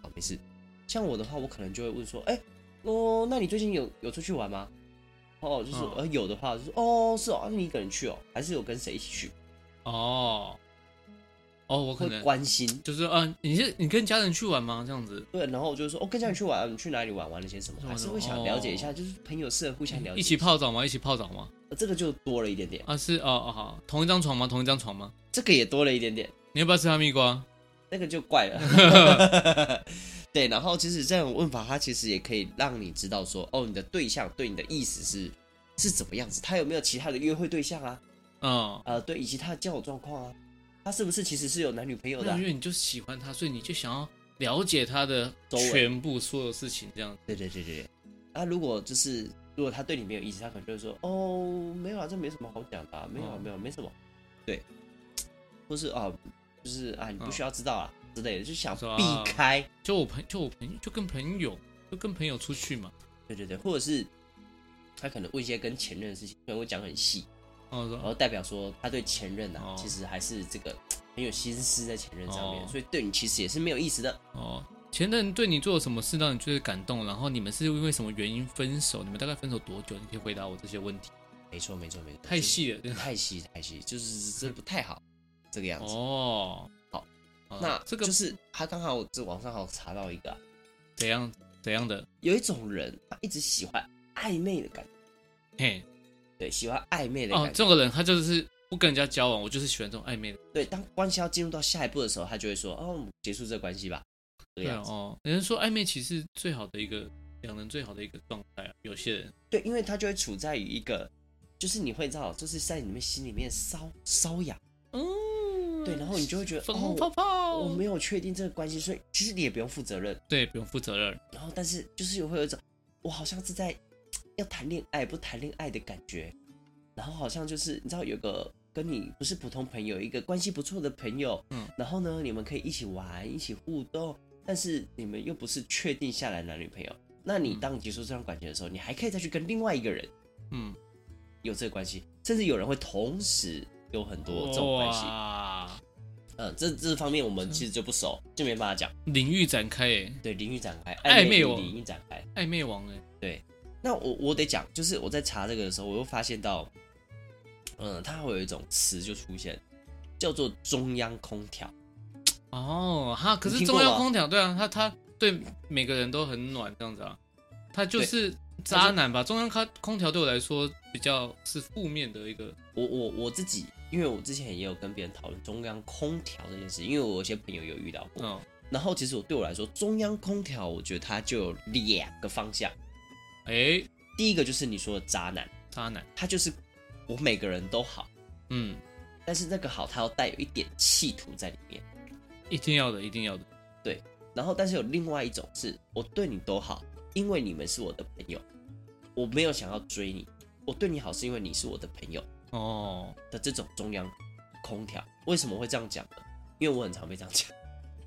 S2: 好，没事。像我的话，我可能就会问说，哎、哦，那你最近有有出去玩吗？哦，就是、
S1: 嗯
S2: 呃有的话，就是哦是哦，啊你一个人去哦，还是有跟谁一起去？
S1: 哦，哦，我可
S2: 会
S1: 能
S2: 关心
S1: 就是啊，你是你跟家人去玩吗？这样子
S2: 对，然后我就说哦跟家人去玩，你去哪里玩，玩了些什么，
S1: 什么
S2: 还是
S1: 什么
S2: 会想了解一下，就是朋友是互相了解
S1: 一起泡澡吗？一起泡澡吗？
S2: 呃这个就多了一点点，
S1: 啊，是哦哦好，同一张床吗？同一张床吗？
S2: 这个也多了一点点。
S1: 你要不要吃哈密瓜？
S2: 那个就怪
S1: [laughs]
S2: 了。对，然后其实这种问法，它其实也可以让你知道说，哦，你的对象对你的意思是是怎么样子，他有没有其他的约会对象啊？
S1: 嗯，
S2: 呃，对，以及他的交友状况啊，他是不是其实是有男女朋友的
S1: 那
S2: 啊、
S1: 因为你就喜欢他，所以你就想要了解他的
S2: 周围
S1: 全部所有事情，这样
S2: 对对对对。对啊，如果就是如果他对你没有意思，他可能就会说，哦，没有啊，这没什么好讲的、啊，没有、啊
S1: 哦、
S2: 没有没什么，对，或是啊，就是啊，你不需要知道啊、之类的，就想
S1: 哦说啊
S2: 避开。
S1: 就我朋就我朋就跟朋友就跟朋友出去嘛，
S2: 对对对，或者是他可能问一些跟前任的事情，可能会讲很细，
S1: 然后我说
S2: 然后代表说他对前任啊，
S1: 哦
S2: 其实还是这个很有心思在前任上面，
S1: 哦
S2: 所以对你其实也是没有意思的。
S1: 哦，前任对你做了什么事让你觉得感动？然后你们是因为什么原因分手？你们大概分手多久？你可以回答我这些问题。
S2: 没错没错没错，
S1: 太
S2: 就是
S1: 细了，真的
S2: 太细太细，就是这不太好这个样子。
S1: 哦。
S2: 好，
S1: 那
S2: 那
S1: 这个
S2: 就是他刚好这网上好查到一个啊、
S1: 怎样怎样的？
S2: 有一种人他一直喜欢暧昧的感觉，
S1: 嘿，
S2: 对，喜欢暧昧的
S1: 哦
S2: 感，觉。
S1: 这个人他就是不跟人家交往，我就是喜欢这种暧昧的。
S2: 对，当关系要进入到下一步的时候，他就会说：“哦，我们结束这个关系吧。”这个
S1: 对啊
S2: 样，子。
S1: 哦，人家说暧昧其实是最好的一个两人最好的一个状态啊。有些人
S2: 对，因为他就会处在于一个，就是你会知道，就是在你们心里面瘙瘙痒，
S1: 嗯
S2: 对，然后你就会觉得
S1: 粉
S2: 哦
S1: 红泡泡，
S2: 我，我没有确定这个关系，所以其实你也不用负责任。
S1: 对，不用负责任。
S2: 然后，但是就是有会有一种，我好像是在要谈恋爱不谈恋爱的感觉，然后好像就是你知道有个跟你不是普通朋友，一个关系不错的朋友，
S1: 嗯，
S2: 然后呢，你们可以一起玩，一起互动，但是你们又不是确定下来男女朋友，那你
S1: 嗯
S2: 当你结束这段感情的时候，你还可以再去跟另外一个人。
S1: 嗯，
S2: 有这个关系，甚至有人会同时有很多这种关系。
S1: 哇，
S2: 呃，这这方面我们其实就不熟，就没办法讲。
S1: 领域展开诶，
S2: 对，领域展开，
S1: 暧昧
S2: 与
S1: 哦
S2: 领域展开。
S1: 暧昧王哎诶，
S2: 那我我得讲，就是我在查这个的时候，我又发现到，嗯、它会有一种词就出现，叫做中央空调。
S1: 哦，哈，可
S2: 你
S1: 是
S2: 听
S1: 中
S2: 过
S1: 央
S2: 吧
S1: 空调，对啊，他他对每个人都很暖这样子啊，他就
S2: 对
S1: 是
S2: 他
S1: 渣
S2: 就
S1: 男吧？中央空空调对我来说比较是负面的一个，
S2: 我我我自己，因为我之前也有跟别人讨论中央空调这件事，因为我有些朋友有遇到过。
S1: 嗯，
S2: 然后其实我对我来说，中央空调，我觉得它就有两个方向，
S1: 诶，
S2: 第一个就是你说的渣男。
S1: 哎渣男，
S2: 他就是我每个人都好，
S1: 嗯，
S2: 但是那个好他要带有一点企图在里面。
S1: 一定要的，一定要的，
S2: 然后，但是有另外一种是我对你都好，因为你们是我的朋友，我没有想要追你，我对你好是因为你是我的朋友
S1: 哦，
S2: 的这种中央空调。为什么会这样讲呢？因为我很常被这样讲，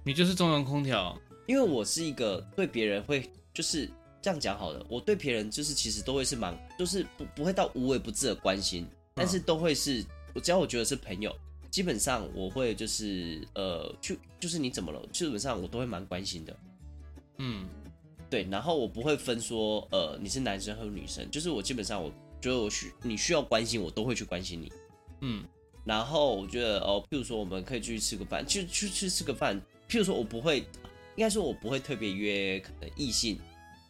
S1: 你就是中央空调，
S2: 因为我是一个对别人会就是这样讲好了，我对别人就是其实都会是蛮就是不不会到无微不至的关心，但是都会是，我只要我觉得是朋友，基本上我会就是呃，去就是你怎么了，基本上我都会蛮关心的。
S1: 嗯，
S2: 对，然后我不会分说呃你是男生和女生，就是我基本上我觉得我需你需要关心我都会去关心你。
S1: 嗯，
S2: 然后我觉得哦，譬如说我们可以去吃个饭，去去去吃个饭。譬如说我不会，应该说我不会特别约可能异性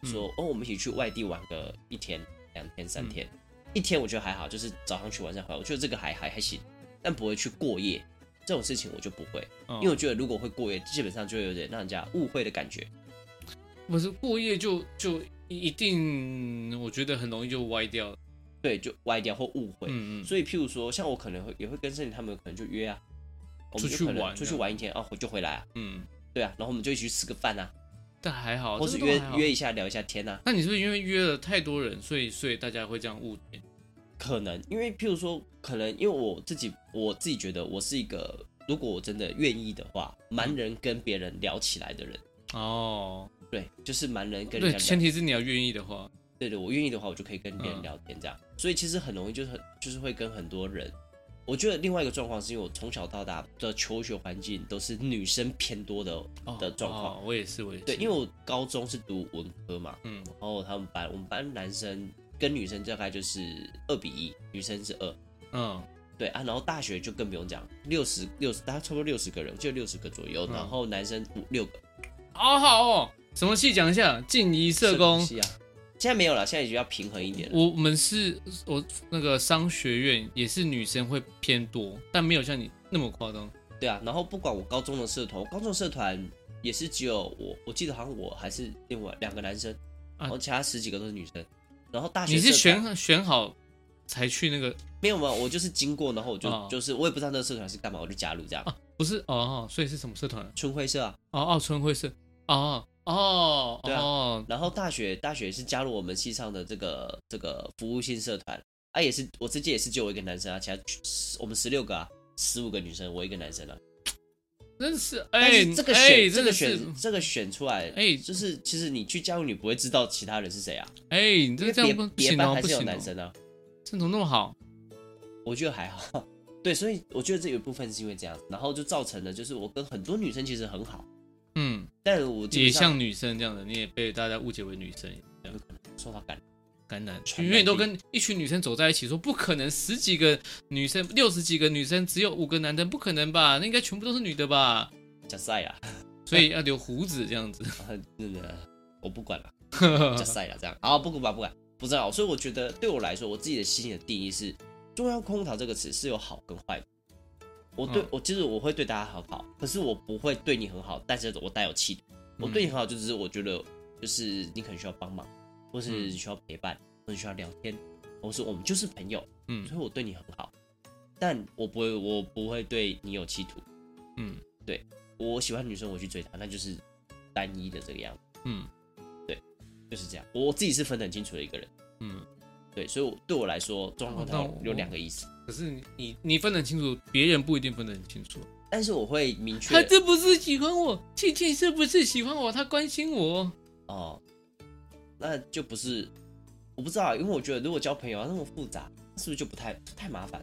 S1: 嗯
S2: 说、哦，我们一起去外地玩个一天、两天、三天。一天我觉得还好，就是早上去晚上回来，我觉得这个还还还行，但不会去过夜这种事情我就不会，
S1: 哦
S2: 因为我觉得如果会过夜，基本上就会有点让人家误会的感觉。
S1: 不是过夜就就一定，我觉得很容易就歪掉了，
S2: 对，就歪掉或误会。
S1: 嗯嗯，
S2: 所以，譬如说，像我可能会也会跟森林他们可能就约啊，我们就
S1: 出去
S2: 可能
S1: 玩
S2: 出
S1: 这
S2: 去
S1: 样
S2: 玩一天啊，我就回来啊，
S1: 嗯，
S2: 对啊，然后我们就一起去吃个饭啊，
S1: 但还好，
S2: 或
S1: 哦这
S2: 是
S1: 个都
S2: 约
S1: 还好
S2: 约一下聊一下天啊，
S1: 那你是不是因为约了太多人，所以所以大家会这样误解？
S2: 可能因为譬如说，可能因为我自己我自己觉得我是一个，如果我真的愿意的话，
S1: 嗯
S2: 蛮人跟别人聊起来的人，
S1: 哦，
S2: 对，就是蛮人跟
S1: 对，
S2: 人家
S1: 前
S2: 聊，
S1: 提是你要愿意的话，
S2: 对对，我愿意的话，我就可以跟别人
S1: 嗯
S2: 聊天这样，所以其实很容易就是很就是会跟很多人我觉得另外一个状况是因为我从小到大的求学环境都是女生偏多的的状况。
S1: 哦我也是，我也是。
S2: 对，因为我高中是读文科嘛，
S1: 嗯
S2: 然后他们班我们班男生跟女生大概就是二比一，女生是二，
S1: 嗯
S2: 对啊，然后大学就更不用讲，六十六十，大概差不多六十个人，就六十个左右，
S1: 嗯
S2: 然后男生五六个，
S1: 好好哦，什么戏讲一下？静怡社工，
S2: 系啊，现在没有了，现在已经要平衡一点了，
S1: 我我们是我那个商学院也是女生会偏多，但没有像你那么夸张。
S2: 对啊，然后不管我高中的社团，我高中社团也是只有我，我记得好像我还是另外两个男生，然后其他十几个都是女生，然后大学
S1: 啊你是
S2: 社团
S1: 选选好才去那个
S2: 没有嘛？我就是经过，然后我就、
S1: 哦
S2: 就是我也不知道那个社团是干嘛，我就加入这样，
S1: 啊？不是哦哦，所以是什么社团？
S2: 春晖社啊，
S1: 哦，奥春会社哦哦
S2: 对啊
S1: 哦，
S2: 然后大学大学是加入我们系上的这个这个服务性社团，啊也是我这届也是只有我一个男生啊，其他我们十六个啊，十五个女生，我一个男生啊。
S1: 真的是
S2: 但
S1: 哎
S2: 是这个选、
S1: 哎，
S2: 这
S1: 真
S2: 个
S1: 的是
S2: 选这个选出来，
S1: 哎
S2: 就是其实你去加入你不会知道其他人是谁啊，
S1: 哎，你
S2: 因
S1: 这
S2: 为
S1: 这样不
S2: 别
S1: 不
S2: 别
S1: 行
S2: 班
S1: 哦，
S2: 还
S1: 不
S2: 是有
S1: 行
S2: 男
S1: 哦，
S2: 生啊，
S1: 这怎么那么好？
S2: 我觉得还好。 [laughs] 对，所以我觉得这有一部分是因为这样，然后就造成了就是我跟很多女生其实很好，
S1: 嗯，
S2: 但我基
S1: 也
S2: 本上
S1: 像女生这样的，你也被大家误解为女生这样
S2: 受到感染，
S1: 感染，
S2: 传染
S1: 因为你都跟一群女生走在一起，说不可能十几个女生，六十几个女生只有五个男的，不可能吧？那应该全部都是女的吧？
S2: 加塞啊， [laughs]
S1: 所以要留胡子这样子。 [laughs]
S2: 真的我不管了。加塞了这样。啊，不管吧，不管，不知道。所以我觉得对我来说，我自己的心里的定义是“中央空调”这个词是有好跟坏的。我对、
S1: 嗯
S2: 我其实我会对大家很好，可是我不会对你很好，但是我带有气度。我
S1: 嗯
S2: 对你很好，就只是我觉得就是你可能需要帮忙，或是你需要陪伴，或者需要聊天，或是我们就是朋友，
S1: 嗯
S2: 所以我对你很好，但我不会我不会对你有企图。
S1: 嗯
S2: 我喜欢女生，我去追她，那就是单一的这个样子，
S1: 嗯
S2: 就是这样。我自己是分得很清楚的一个人。
S1: 嗯。
S2: 对，所以我对我来说，中央空
S1: 哦那
S2: 调
S1: 我
S2: 有两个意思，
S1: 可是你你你分得很清楚，别人不一定分得很清楚。
S2: 但是我会明
S1: 他
S2: 确
S1: 这不是喜欢我，倩倩是不是喜欢我？他关心我。
S2: 哦，那就不是，我不知道，因为我觉得如果交朋友要啊那么复杂，是不是就不太太麻烦？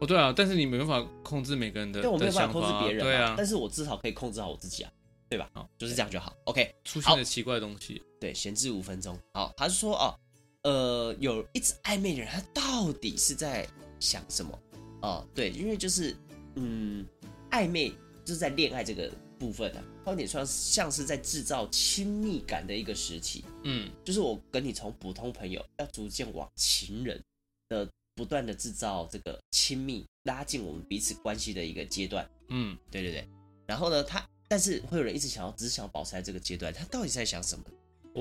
S1: 哦，对啊，但是你没办法控制每个人的，
S2: 但我没有办法控制
S1: 的想法啊
S2: 别人、
S1: 对啊，哦
S2: 但是我至少可以控制好我自己啊，对吧？
S1: 好
S2: 就是这样就好。OK，
S1: 出现了奇怪的东西。
S2: 对，闲置五分钟。好，他是说哦，呃，有一直暧昧的人，他到底是在想什么？哦，对，因为就是嗯，暧昧就是在恋爱这个部分啊，它有点算像是在制造亲密感的一个时期，
S1: 嗯
S2: 就是我跟你从普通朋友要逐渐往情人的不断的制造这个亲密，拉近我们彼此关系的一个阶段。
S1: 嗯，
S2: 对对对，然后呢，他但是会有人一直想要，只是想要保持在这个阶段，他到底在想什么？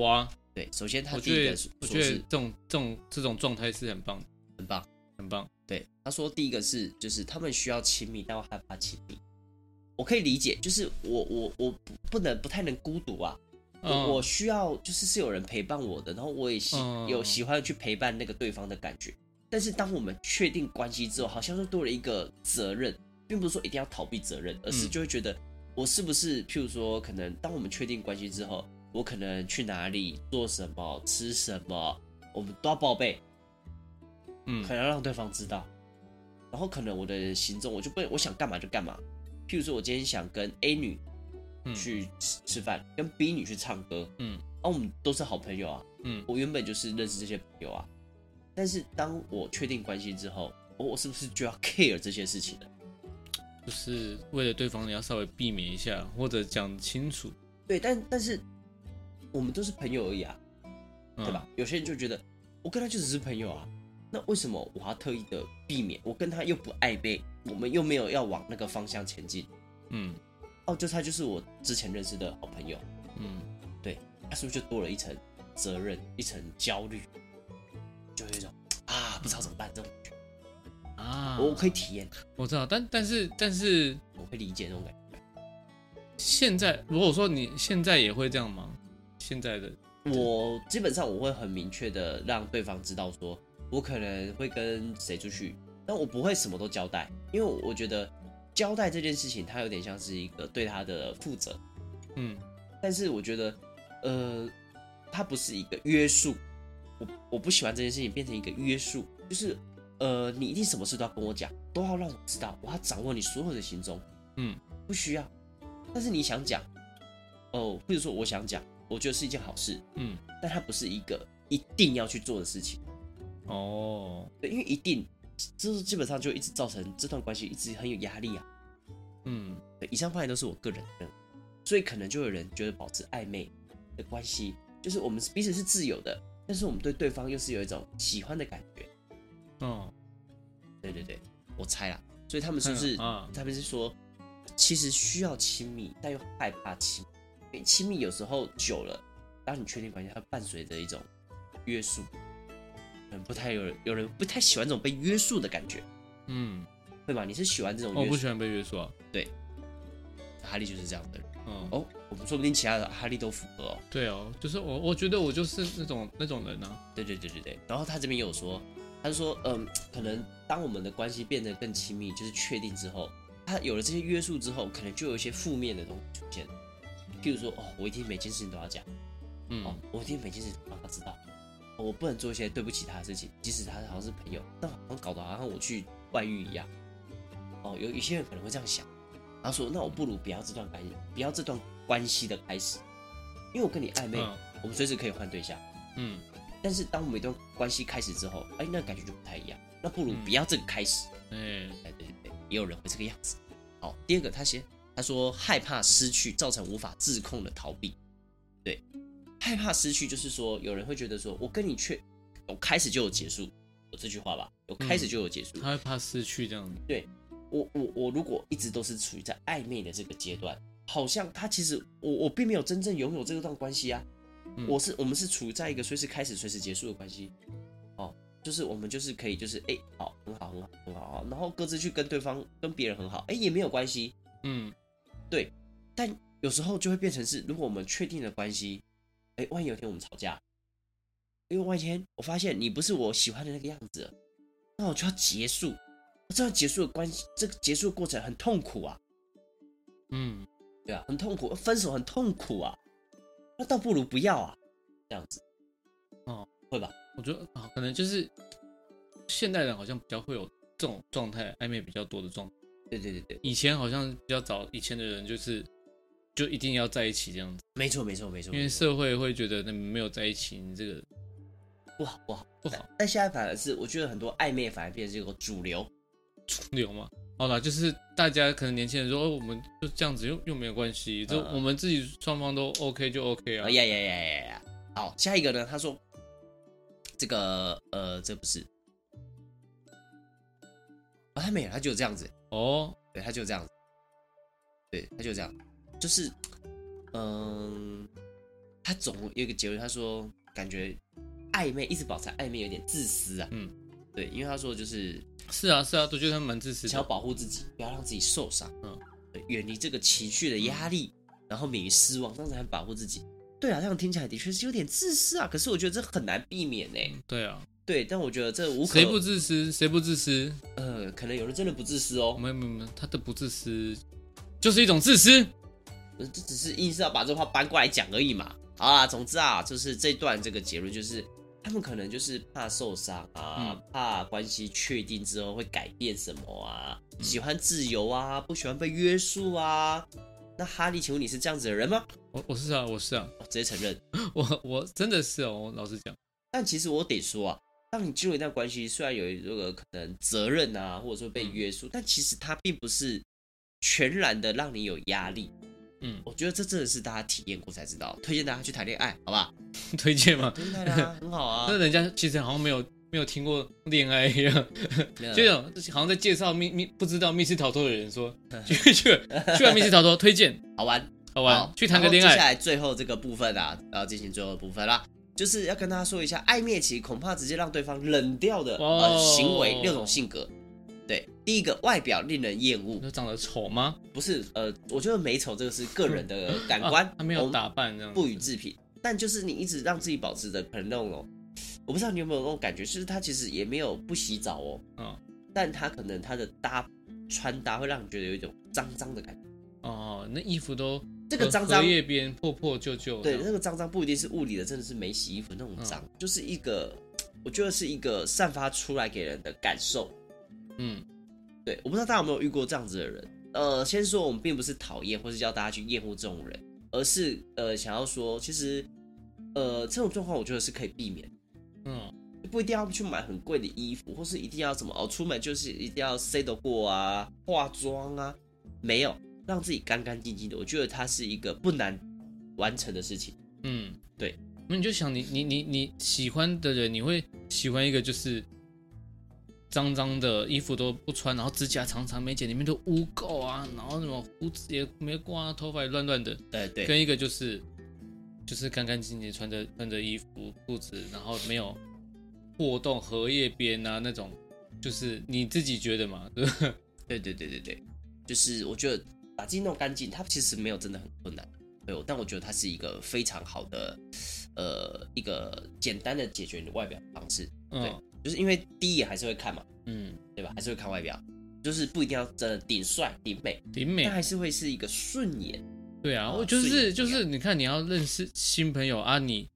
S1: 哇，
S2: 对，首先他
S1: 我
S2: 第一
S1: 觉
S2: 个
S1: 得
S2: 说
S1: 我
S2: 说
S1: 觉得
S2: 是
S1: 这种这种这种状态是很棒的，
S2: 很棒。
S1: 很棒。
S2: 对，他说第一个是就是他们需要亲密，但我害怕亲密。我可以理解，就是我我我不不能不太能孤独啊，
S1: 嗯
S2: 我我需要就是是有人陪伴我的，然后我也喜、
S1: 嗯
S2: 有喜欢去陪伴那个对方的感觉。但是当我们确定关系之后，好像就多了一个责任，并不是说一定要逃避责任，而是
S1: 嗯
S2: 就会觉得我是不是，譬如说，可能当我们确定关系之后，我可能去哪里做什么、吃什么，我们都要报备，
S1: 嗯
S2: 可能要让对方知道。然后可能我的行踪，我就不我想干嘛就干嘛。譬如说，我今天想跟 A 女
S1: 嗯
S2: 去吃吃饭，跟 B 女去唱歌，
S1: 嗯
S2: 啊，我们都是好朋友啊，
S1: 嗯
S2: 我原本就是认识这些朋友啊。但是当我确定关系之后，我我是不是就要 care 这些事情了？
S1: 就是为了对方你要稍微避免一下，或者讲清楚，
S2: 对，但但是我们都是朋友而已啊，
S1: 嗯
S2: 对吧？？有些人就觉得我跟他就只是朋友啊，那为什么我要特意的避免？我跟他又不暧昧，我们又没有要往那个方向前进。
S1: 嗯
S2: 哦，就他就是我之前认识的好朋友，
S1: 嗯，
S2: 他是不是就多了一层责任，一层焦虑，就有一种啊不知道怎么办这种感觉。
S1: 啊，
S2: 我可以体验，
S1: 我知道，但但是但是
S2: 我会理解那种感觉。
S1: 现在如果说你现在也会这样吗？现在的
S2: 我基本上我会很明确的让对方知道说，我可能会跟谁出去，但我不会什么都交代，因为我觉得交代这件事情，它有点像是一个对他的负责，
S1: 嗯
S2: 但是我觉得，呃，它不是一个约束，我我不喜欢这件事情变成一个约束，就是呃，你一定什么事都要跟我讲，都要让我知道，我要掌握你所有的行踪。
S1: 嗯，
S2: 不需要，但是你想讲，哦，或者说我想讲，我觉得是一件好事，
S1: 嗯，
S2: 但它不是一个一定要去做的事情。
S1: 哦，
S2: 对，因为一定，这基本上就一直造成这段关系一直很有压力啊。
S1: 嗯，
S2: 对，以上发言都是我个人的，所以可能就有人觉得保持暧昧的关系，就是我们彼此是自由的，但是我们对对方又是有一种喜欢的感觉。
S1: 哦，
S2: 对对对，我猜啦，所以他们是不是、
S1: 嗯啊
S2: 他们是说，其实需要亲密，但又害怕亲密，因为亲密有时候久了，当你确定关系，它伴随着一种约束，嗯，不太有人有人不太喜欢这种被约束的感觉，
S1: 嗯，
S2: 会吗？你是喜欢这种
S1: 我
S2: 约
S1: 不
S2: 束？
S1: 喜欢被约束啊，
S2: 哈利就是这样的人
S1: 嗯，
S2: 哦，我们说不定其他的哈利都符合哦。
S1: 对哦，就是我，我觉得我就是那种那种人啊，
S2: 对对对对对，然后他这边也有说，他就说，嗯，可能当我们的关系变得更亲密，就是确定之后，他有了这些约束之后，可能就有一些负面的东西出现，譬如说，哦，我一定每件事情都要讲，哦
S1: 嗯，，
S2: 我一定每件事情都让他知道，哦我不能做一些对不起他的事情，即使他好像是朋友，但好像搞得好像我去外遇一样，哦，有有些人可能会这样想，他说，那我不如不要这段关系，不要这段关系的开始，因为我跟你暧昧，
S1: 嗯
S2: 我们随时可以换对象。
S1: 嗯，
S2: 但是当我们一段关系开始之后，哎，那感觉就不太一样。那不如
S1: 嗯
S2: 不要这个开始。
S1: 哎，
S2: 哎，对对对，也有人会这个样子。好，第二个他写，他说害怕失去，造成无法自控的逃避。对，害怕失去就是说，有人会觉得说我跟你确，我开始就有结束，有这句话吧，有开始就有结束。
S1: 他会怕失去这样子，
S2: 我我我如果一直都是处于在暧昧的这个阶段，好像他其实我我并没有真正拥有这段关系啊，
S1: 嗯
S2: 我是我们是处在一个随时开始随时结束的关系，哦，就是我们就是可以就是哎、好很好很好很好，好然后各自去跟对方跟别人很好，哎、也没有关系，
S1: 嗯，
S2: 但有时候就会变成是，如果我们确定了关系，哎、万一有一天我们吵架，因为万一天我发现你不是我喜欢的那个样子了，那我就要结束，这样结束的关系，这个结束的过程很痛苦啊。
S1: 嗯，
S2: 对啊，很痛苦，分手很痛苦啊，那倒不如不要啊，这样子，
S1: 哦，
S2: 会吧？
S1: 我觉得啊，可能就是现代人好像比较会有这种状态，暧昧比较多的状态。
S2: 对对对对，
S1: 以前好像比较早，以前的人就是就一定要在一起这样子，
S2: 没错没错没错，
S1: 因为
S2: 没错
S1: 社会会觉得你没有在一起，你这个
S2: 不好不好
S1: 不好
S2: 但但现在反而是，我觉得很多暧昧反而变成这个主流，
S1: 主流嘛。好啦，就是大家可能年轻人说，哦，我们就这样子又又没有关系，就
S2: 嗯
S1: 我们自己双方都 OK 就 OK 啊
S2: 啊。呀呀呀呀呀！好，下一个呢？他说这个呃，这不是，啊、他没有，他就这样子，
S1: 哦，
S2: 对，他就这样子，对，他就这样，就是，嗯，他总有一个结论，他说感觉暧昧一直保持暧昧有点自私啊，
S1: 嗯，
S2: 对，因为他说就是
S1: 是啊是啊，都觉得他们蛮自私
S2: 想要
S1: 的。
S2: 保护自己，不要让自己受伤，
S1: 嗯
S2: 对，远离这个情绪的压力，然后免于失望，这样才能保护自己。对啊，这样听起来的确是有点自私啊，可是我觉得这很难避免呢、
S1: 对啊，
S2: 对，但我觉得这无可
S1: 谁不自私？谁不自私？
S2: 呃，可能有人真的不自私哦，
S1: 没有没有没有，他的不自私就是一种自私。
S2: 呃这只是硬是要把这话搬过来讲而已嘛。好啊，总之啊，就是这段这个结论就是，他们可能就是怕受伤啊，
S1: 嗯
S2: 怕关系确定之后会改变什么啊，喜欢自由啊，不喜欢被约束啊。那哈利，请问你是这样子的人吗？
S1: 我我是啊我是啊，
S2: 我直接承认。
S1: 我我真的是哦，我老实讲，
S2: 但其实我得说啊，当你进入一段关系，虽然有这个可能责任啊，或者说被
S1: 嗯
S2: 约束，但其实它并不是全然的让你有压力。
S1: 嗯
S2: 我觉得这真的是大家体验过才知道，推荐大家去谈恋爱，好吧？
S1: 推荐嘛，
S2: 真的啦，很好 [laughs] 啊
S1: 那。人家其实好像没有没有听过恋爱一样，
S2: 没有
S1: 就有好像在介绍密密不知道密室逃脱的人说，
S2: 嗯
S1: 去去去玩密室逃脱，推荐
S2: 好玩，
S1: 好
S2: 好
S1: 玩，去谈个恋
S2: 然后接下
S1: 爱。
S2: 来最后这个部分啊，然后进行最后的部分啦，就是要跟大家说一下，暧昧期恐怕直接让对方冷掉的、呃
S1: 哦
S2: 行为六种性格。对，第一个外表令人厌恶
S1: 你，说长得丑吗？
S2: 不是呃，我觉得美丑这个是个人的感
S1: [laughs]
S2: 官
S1: 啊，他没
S2: 我
S1: 有
S2: 们
S1: 打扮这样子，
S2: 不予置评。但就是你一直让自己保持着可能那种，我不知道你有没有那种感觉，就是他其实也没有不洗澡哦，
S1: 嗯
S2: 但他可能他的搭穿搭会让你觉得有一种脏脏的感觉。
S1: 哦，那衣服都
S2: 这个
S1: 荷
S2: 脏脏
S1: 荷叶边破破旧旧这
S2: 对，
S1: 样，
S2: 那个脏脏不一定是物理的，真的是没洗衣服那种
S1: 嗯
S2: 脏，就是一个，我觉得是一个散发出来给人的感受。
S1: 嗯
S2: 对，我不知道大家有没有遇过这样子的人。呃，先说我们并不是讨厌或是叫大家去厌恶这种人，而是呃想要说，其实呃这种状况我觉得是可以避免，
S1: 嗯，
S2: 不一定要去买很贵的衣服，或是一定要怎么哦，出门就是一定要 say 得过啊，化妆啊，没有让自己干干净净的，我觉得它是一个不难完成的事情。
S1: 嗯，
S2: 对。
S1: 那你就想你你你你喜欢的人，你会喜欢一个就是脏脏的衣服都不穿，然后指甲长长没剪，里面都污垢啊，然后什么胡子也没刮，头发也乱乱的，
S2: 对对，
S1: 跟一个就是就是干干净净穿着穿着衣服裤子，然后没有破洞、荷叶边啊那种，就是你自己觉得嘛， [laughs] 嗯对吧？
S2: 对对对对对，就是我觉得把自己弄干净，它其实没有真的很困难，对，但我觉得它是一个非常好的，呃，一个简单的解决你的外表方式，
S1: 嗯
S2: 就是因为第一眼还是会看嘛，
S1: 嗯，
S2: 对吧？还是会看外表，就是不一定要真的顶帅顶美，
S1: 顶美
S2: 但还是会是一个顺眼，
S1: 对啊，
S2: 啊
S1: 我就
S2: 所以
S1: 是
S2: 你
S1: 就
S2: 要
S1: 是，你看你要认识新朋友啊，你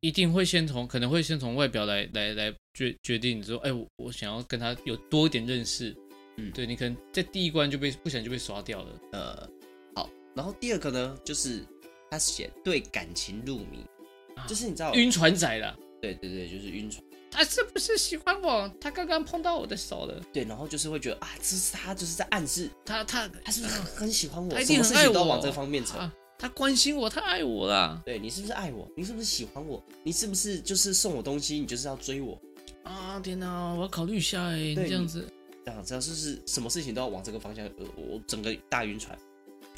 S1: 一定会先从可能会先从外表来来来决决定，你说哎、我我想要跟他有多一点认识，
S2: 嗯
S1: 对你可能在第一关就被不小心就被刷掉了，
S2: 呃，好。然后第二个呢，就是他写对感情入迷，
S1: 啊
S2: 就是你知道，
S1: 晕船仔了。
S2: 对对对，就是晕船。
S1: 他是不是喜欢我？他刚刚碰到我的手了，
S2: 对，然后就是会觉得啊，这是他就是在暗示
S1: 他他
S2: 他是不是很喜欢我？
S1: 他一
S2: 什
S1: 定
S2: 么
S1: 很
S2: 事
S1: 爱
S2: 情都要
S1: 我
S2: 往这个方面走。
S1: 啊，他关心我，他爱我啦
S2: 对你是不是爱我？你是不是喜欢我？你是不是就是送我东西，你就是要追我？
S1: 啊！天哪，我要考虑一下哎、你
S2: 对
S1: 这样
S2: 你
S1: 子
S2: 这样，只要是是什么事情都要往这个方向，呃，我整个大晕船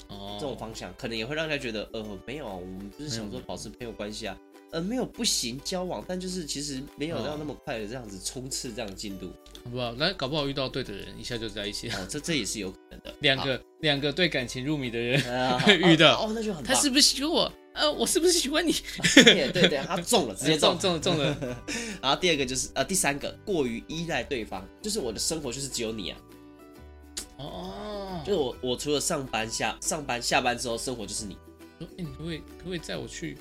S1: 哦，
S2: 这种方向，可能也会让人家觉得，呃，没有啊，我们就是想说保持朋友关系啊，呃，没有不行交往，但就是其实没有
S1: 哦
S2: 要那么快的这样子冲刺这样的进
S1: [laughs]
S2: 度，
S1: 好不好？来，搞不好遇到对的人，一下就在一起。
S2: 哦，这这也是有可能的。
S1: 两个两个对感情入迷的人，
S2: 好啊
S1: [laughs] 遇到
S2: 哦，那就很
S1: 他
S2: 棒。
S1: 是不是喜欢我？呃，我是不是喜欢你？
S2: [laughs] 对对对，他中了，直接中
S1: [laughs] 中。中了中
S2: [laughs]
S1: 了。
S2: 然后第二个就是呃，第三个过于依赖对方，就是我的生活就是只有你啊，
S1: 哦，
S2: 就是我我除了上班下上班下班之后生活就是你，
S1: 说哎你可不可以可不可以载我去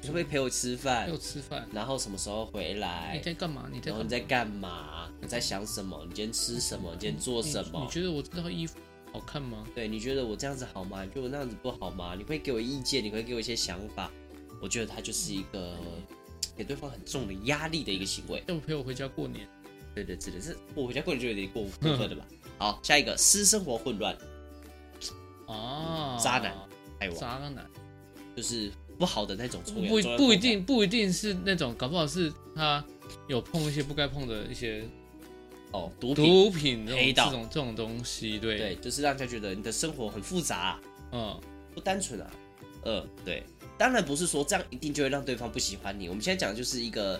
S2: 你会不会陪我吃
S1: 陪
S2: 饭
S1: 我？吃饭？
S2: 然后什么时候回
S1: 你
S2: 来？
S1: 在干嘛？你在
S2: 哎然
S1: 干
S2: 后
S1: 嘛
S2: 你在干嘛？你在想什么？你今天吃什么？你今天做
S1: 你
S2: 什
S1: 嗯你
S2: 么？
S1: 觉得我这套衣服好看吗？
S2: 对，你觉得我这样子好吗？你觉得我那样子不好吗？你会给我意见，你会给我一些想法。我觉得他就是一个给对方很重的压力的一个行为。
S1: 要不陪我回家过年？
S2: 对对，真的是我回家过年就有点过过分了
S1: 嗯
S2: 吧？好，下一个私生活混乱，
S1: 啊，
S2: 嗯渣男爱我
S1: 渣男，
S2: 就是不好的那种
S1: 不
S2: 重
S1: 不不一定不一定是那种，搞不好是他有碰一些不该碰的一些
S2: 哦，毒品
S1: 毒品这
S2: 黑
S1: 种
S2: 道
S1: 这种这种东西，对，
S2: 对，就是让人家觉得你的生活很复杂啊、
S1: 嗯，
S2: 不单纯啊。呃，对，当然不是说这样一定就会让对方不喜欢你。我们现在讲的就是一个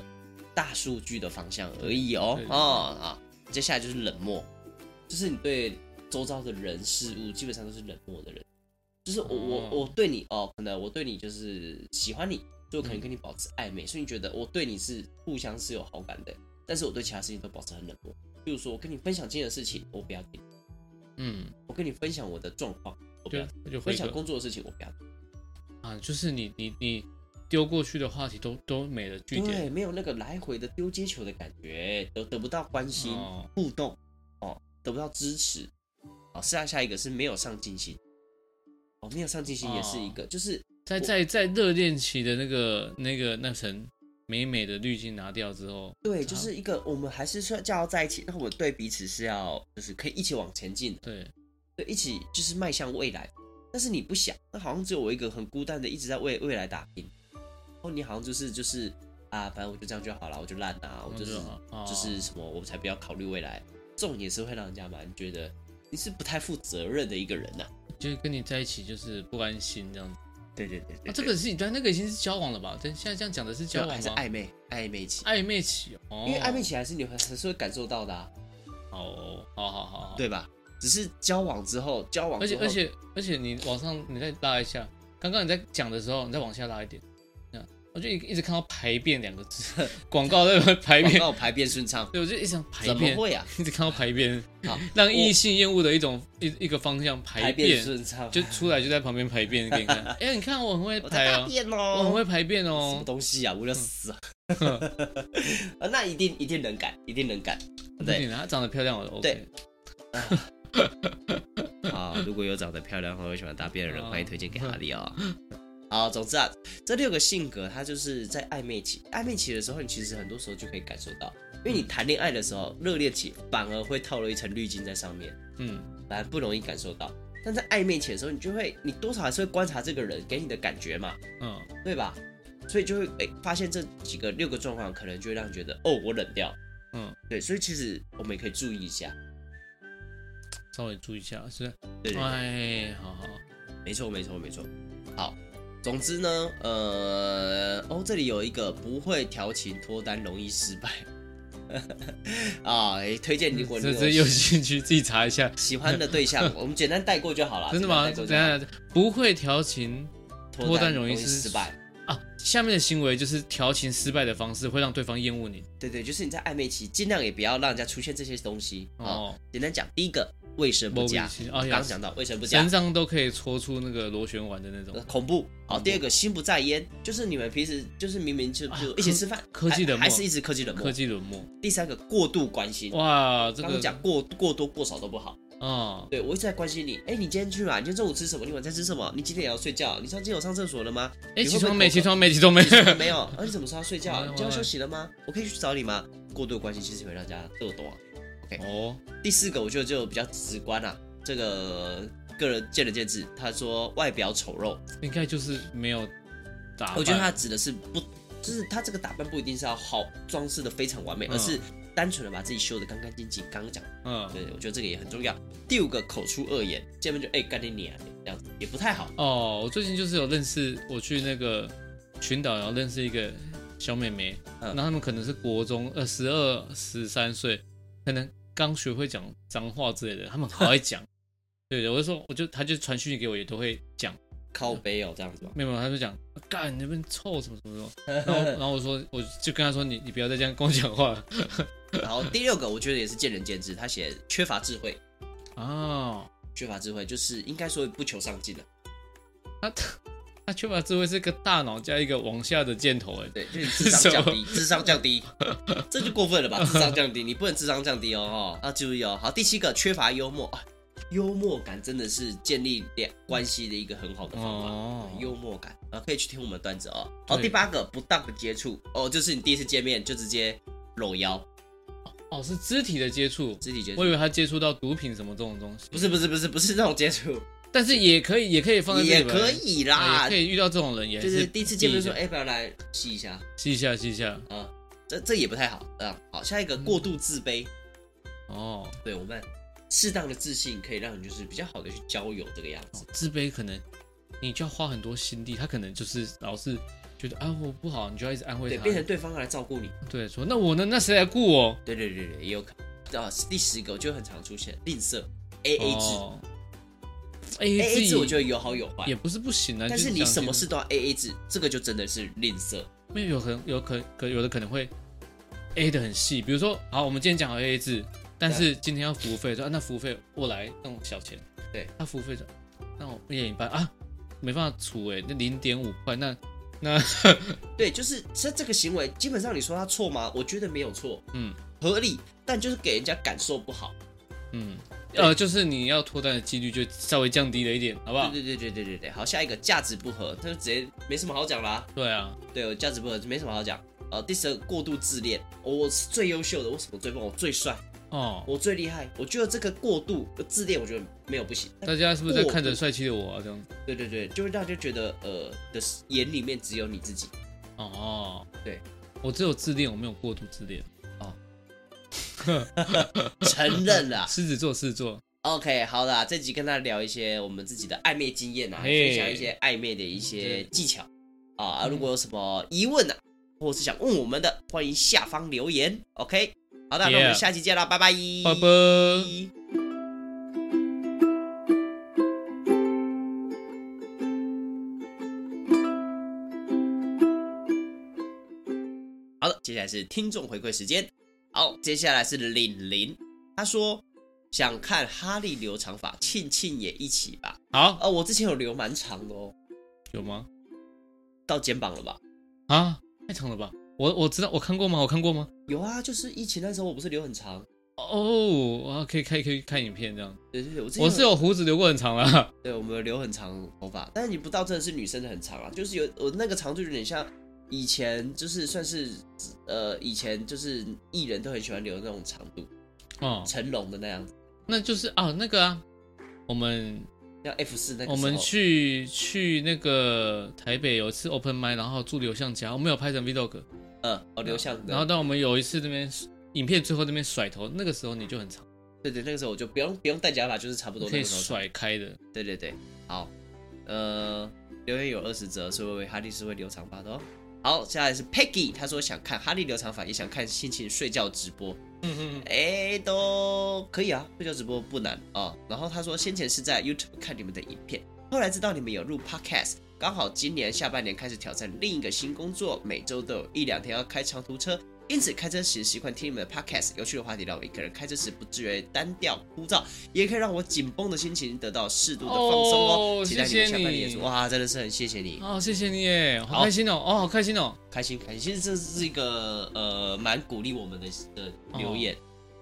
S2: 大数据的方向而已哦
S1: 对。对
S2: 啊啊，接下来就是冷漠，就是你对周遭的人事物基本上都是冷漠的人。就是我
S1: 哦
S2: 我我对你哦，可能我对你就是喜欢你，所以我可能跟你保持暧昧，所以你觉得我对你是互相是有好感的，但是我对其他事情都保持很冷漠。比如说我跟你分享今天的事情，我不要听；
S1: 嗯，
S2: 我跟你分享我的状况，我不要
S1: 就
S2: 听；
S1: 就
S2: 分
S1: 回
S2: 享
S1: 个
S2: 工作的事情，我不要听。
S1: 啊，就是你你你丢过去的话题都都没了据点
S2: 对，没有那个来回的丢接球的感觉，得得不到关心、
S1: 哦
S2: 互动，哦，得不到支持。好，下下一个是没有上进心，哦，没有上进心也是一个，就是
S1: 在在在热恋期的那个那个那层美美的滤镜拿掉之后，
S2: 对，就是一个我们还是说叫要在一起，那我们对彼此是要就是可以一起往前进的，
S1: 对，
S2: 对，一起就是迈向未来。但是你不想，那好像只有我一个很孤单的一直在为未来打拼，哦，你好像就是就是啊，反正我就这样就好了，我就烂啊，我
S1: 那
S2: 就是
S1: 哦
S2: 就是什么，我才不要考虑未来。这种也是会让人家蛮觉得你是不太负责任的一个人呐、
S1: 就是跟你在一起就是不安心这样子。
S2: 对对对对
S1: 啊，这个是你对那个已经是交往了吧？对，现在这样讲的是交
S2: 交
S1: 往
S2: 往
S1: 吗？
S2: 还是暧昧暧昧期，
S1: 暧昧期哦，
S2: 因为暧昧期还是你还是会感受到的、啊，
S1: 好哦，好好好好，
S2: 对吧？只是交往之后，交往
S1: 而且
S2: 之后
S1: 而且而且你往上你再拉一下，刚刚你在讲的时候，你再往下拉一点，这样我就一一直看到排便两个字， [laughs] 广告在排
S2: 广
S1: 便，
S2: 告排便顺畅，
S1: 对，我就一直想排
S2: 怎么
S1: 便，
S2: 会啊？
S1: 一直看到排便，
S2: [laughs] 好，
S1: 让异性厌恶的一种一一个方向排
S2: 排便顺畅，
S1: 就出来就在旁边
S2: [laughs]
S1: 排便给你看，哎，你看我很会
S2: 我
S1: 排
S2: 在大
S1: 哦，
S2: 便
S1: 我很
S2: 哦，
S1: 会排便
S2: 什么
S1: 哦，
S2: 东西啊？无聊死啊！ [laughs] 呃，那一定一定能改，一定能改。
S1: 不
S2: 对
S1: 行啊，她长得漂亮我就 OK。
S2: 对啊，如果有长得漂亮或者喜欢大便的人，欢迎推荐给哈利哦。好，总之啊，这六个性格，它就是在暧昧期，暧昧期的时候，你其实很多时候就可以感受到，因为你谈恋爱的时候，热恋期反而会套了一层滤镜在上面，
S1: 嗯，
S2: 反而不容易感受到。但在暧昧期的时候，你就会，你多少还是会观察这个人给你的感觉嘛，
S1: 嗯
S2: 对吧？所以就会哎、发现这几个六个状况，可能就会让你觉得，哦，我冷掉。
S1: 嗯，
S2: 对，所以其实我们也可以注意一下。
S1: 稍微注意一下，是不
S2: 对
S1: 是，
S2: 对对
S1: 哎，好好，
S2: 没错，没错，没错。好，总之呢，呃，哦，这里有一个不会调情脱单容易失败 [laughs] 啊、诶推荐如果你
S1: 这这有
S2: 有
S1: 兴趣自己查一下。
S2: 喜欢的对
S1: [laughs]
S2: 象，我们简单带过就好了。
S1: 真的吗？
S2: 简
S1: 等
S2: 单
S1: 一下
S2: 带过就好
S1: 不会调情
S2: 脱
S1: 脱
S2: 单
S1: 单容易
S2: 易
S1: 失
S2: 失败。
S1: 啊，下面的行为就是调情失败的方式，会让对方厌恶你。
S2: 对对，就是你在暧昧期，尽量也不要让人家出现这些东西啊、
S1: 哦，
S2: 简单讲，第一个卫生不
S1: 某
S2: 佳，
S1: 啊
S2: 刚
S1: 呀
S2: 刚，讲到卫生不佳
S1: 身，上都可以搓出那个螺旋丸的那种
S2: 呃。恐怖。好，第二个心不在焉，就是你们平时就是明明就就
S1: 啊
S2: 一起吃饭，
S1: 科技冷
S2: 还还
S1: 漠
S2: 是一直科技冷漠
S1: 科。技冷漠，
S2: 第三个过度关心，
S1: 哇，这
S2: 刚刚
S1: 个
S2: 讲过过多过少都不好。
S1: 啊，
S2: 对我一直在关心你，哎，你今天去哪？你今天中午吃什么？你晚餐吃什么？你几点要睡觉？你上今天有上厕所了吗？
S1: 哎，
S2: 你
S1: 起
S2: 会不会
S1: 床
S2: 口
S1: 没？
S2: 渴
S1: 起床没？起床没？
S2: 你起床没有？啊，你怎么说要
S1: [laughs]
S2: 睡觉？
S1: 完了
S2: 你今天要
S1: 完了
S2: 休息了吗？我可以去找你吗？过度关心其实会让大家更多。 [laughs]
S1: 哦，
S2: 第四个，我觉得就比较直观啦、这个个人见仁见智。他说外表丑陋，
S1: 应该就是没有打扮。
S2: 我觉得他指的是不，就是他这个打扮不一定是要好装饰的非常完美，
S1: 嗯
S2: 而是单纯的把自己修的干干净净。刚刚讲。
S1: 嗯，
S2: 对，我觉得这个也很重要。第五个，口出恶言，见面就哎干你娘这样子也不太好。
S1: 哦，我最近就是有认识，我去那个群岛，然后认识一个小妹妹，
S2: 嗯
S1: 然后她们可能是国中呃十二十三岁，可能刚学会讲脏话之类的，她们好爱
S2: [laughs]
S1: 讲。对的，我就说，我就她就传讯息给我，也都会讲，
S2: 靠背哦，这
S1: [laughs]
S2: 样子吧。
S1: 没有，没有她就讲，啊干你那边臭什么什么什
S2: [laughs]
S1: 么，然后然后我说，我就跟她说，你你不要再这样跟我讲话了
S2: 然后第六个，我觉得也是见仁见智。他写缺乏智慧，
S1: 哦，
S2: 缺乏智慧就是应该说不求上进啊的。
S1: 她她缺乏智慧是个大脑加一个往下的箭头，哎，[laughs]
S2: 对，就是智商降低，智商降低，这就过分了吧？智商降低，你不能智商降低哦，哦，要注意哦。好，第七个，缺乏幽默啊，幽默感真的是建立两关系的一个很好的方法。
S1: 哦，
S2: 幽默感啊，可以去听我们的段子哦。好，
S1: 对
S2: 第八个不当的接触哦，就是你第一次见面就直接搂腰，
S1: 哦是肢体的接触，
S2: 肢体接触
S1: 我以，为他接触到毒品什么这种东西，
S2: 不是不是不是不是那种接触，
S1: 但是也可以，也可以放在这
S2: 也
S1: 里吧
S2: 可以
S1: 啊
S2: 啦
S1: 也可，以遇到这种人，也
S2: 就是第一次见面
S1: 吸
S2: 说，
S1: 一下
S2: 哎，不要来吸一下，
S1: 吸一下，吸一下，
S2: 这这也不太好。嗯，好，下一个过度自卑，
S1: 哦，
S2: 对我们适当的自信可以让你就是比较好的去交友这个样子。
S1: 自卑可能你就要花很多心力，他可能就是老是觉得啊我不好，你就要一直安慰
S2: 对，
S1: 他，
S2: 变成对方来照顾你，
S1: 对说那我呢？那谁来顾我？
S2: 对对对对，也有可能。啊，第十个我就很常出现吝啬，A A 制
S1: 哦，A
S2: ，A A
S1: A
S2: 制
S1: 制
S2: 我觉得有好有坏
S1: 也，不是不行啊，就
S2: 但
S1: 是
S2: 你
S1: 讲
S2: 什么
S1: 清
S2: 事都要 A A 制，这个就真的是吝啬。
S1: 因为有可能有可可有的可能会 A 的很细，比如说好，我们今天讲好 A A 制，但是今天要服务费，说、啊、那服务费我来弄小钱，
S2: 对，
S1: 那服务费说那我一人一半啊，没办法除哎、那零点五块，那那
S2: 对，就是这这个行为，基本上你说他错吗？我觉得没有错，
S1: 嗯
S2: 合理，但就是给人家感受不好。
S1: 嗯呃，就是你要脱单的几率就稍微降低了一点，好不好？
S2: 对对对对对对对，好，下一个价值不合，他就直接没什么好讲啦。
S1: 对啊，
S2: 对，我价值不合没什么好讲。呃，第十二个过度自恋，哦我是最优秀的，我什么最棒，我最帅，
S1: 哦，
S2: 我最厉害。我觉得这个过度呃自恋，我觉得没有不行。但
S1: 大家是不是在看
S2: 过
S1: 着
S2: 度
S1: 帅气的我啊这样子？
S2: 对对对，就会让人家觉得呃的眼里面只有你自己。
S1: 哦，
S2: 对，
S1: 我只有自恋，我没有过度自恋。
S2: 承认了。
S1: 狮子座，狮子座，
S2: OK，好啦，这集跟大家聊一些我们自己的暧昧经验啊，
S1: 嘿
S2: 分享一些暧昧的一些技巧啊。啊如果有什么疑问呢、啊，或者是想问我们的，欢迎下方留言。OK，好的，那我们
S1: Yeah
S2: 下期见啦，拜拜，
S1: 拜拜。
S2: 好的，接下来是听众回馈时间。好，接下来是玲玲，她说想看哈利留长发，庆庆也一起吧。
S1: 好，
S2: 啊，我之前有留蛮长的哦，
S1: 有吗？
S2: 到肩膀了吧？
S1: 啊，太长了吧？我我知道，我看过吗？我看过吗？
S2: 有啊，就是疫情那时候我不是留很长，
S1: 哦，啊，可以看可以看影片这样。
S2: 对对对，我之前
S1: 我是有胡子留过很长啦，
S2: 对我们留很长头发，但是你不到真的是女生的很长啊，就是有我那个长就有点像以前就是算是呃以前就是艺人都很喜欢留那种长度，
S1: 哦，
S2: 成龙的那样子，
S1: 那就是啊那个啊，我们
S2: 像 F 四那个时候哦
S1: 我们去去那个台北有一次 open m i 然后住刘向家，我们有拍成 vlog，
S2: 嗯哦留像
S1: 然后当我们有一次那边影片最后那边甩头，那个时候你就很长，
S2: 对对那个时候我就不用不用戴假发，就是差不多
S1: 可
S2: 那
S1: 以
S2: 个时候长
S1: 甩开的。
S2: 对对对，好，呃，留言有二十则，所以哈利是会留长发的哦。好，接下来是 Peggy，她说想看哈利留长发，也想看心情睡觉直播，
S1: 嗯嗯嗯，
S2: 哎，都可以啊，睡觉直播不难啊、然后她说先前是在 YouTube 看你们的影片，后来知道你们有录 Podcast，刚好今年下半年开始挑战另一个新工作，每周都有一两天要开长途车。因此，开车时习惯听你们的 podcast，有趣的话题让我一个人开车时不至于单调枯燥，也可以让我紧绷的心情得到适度的放松哦。
S1: 哦
S2: 期待你们
S1: 谢谢
S2: 下半年演出，
S1: 你
S2: 哇，真的是很谢谢你，
S1: 哦，谢谢你耶，好开心哦，哦，好开心哦。
S2: 开心开心。其实这是一个呃蛮鼓励我们的的
S1: 哦
S2: 留言，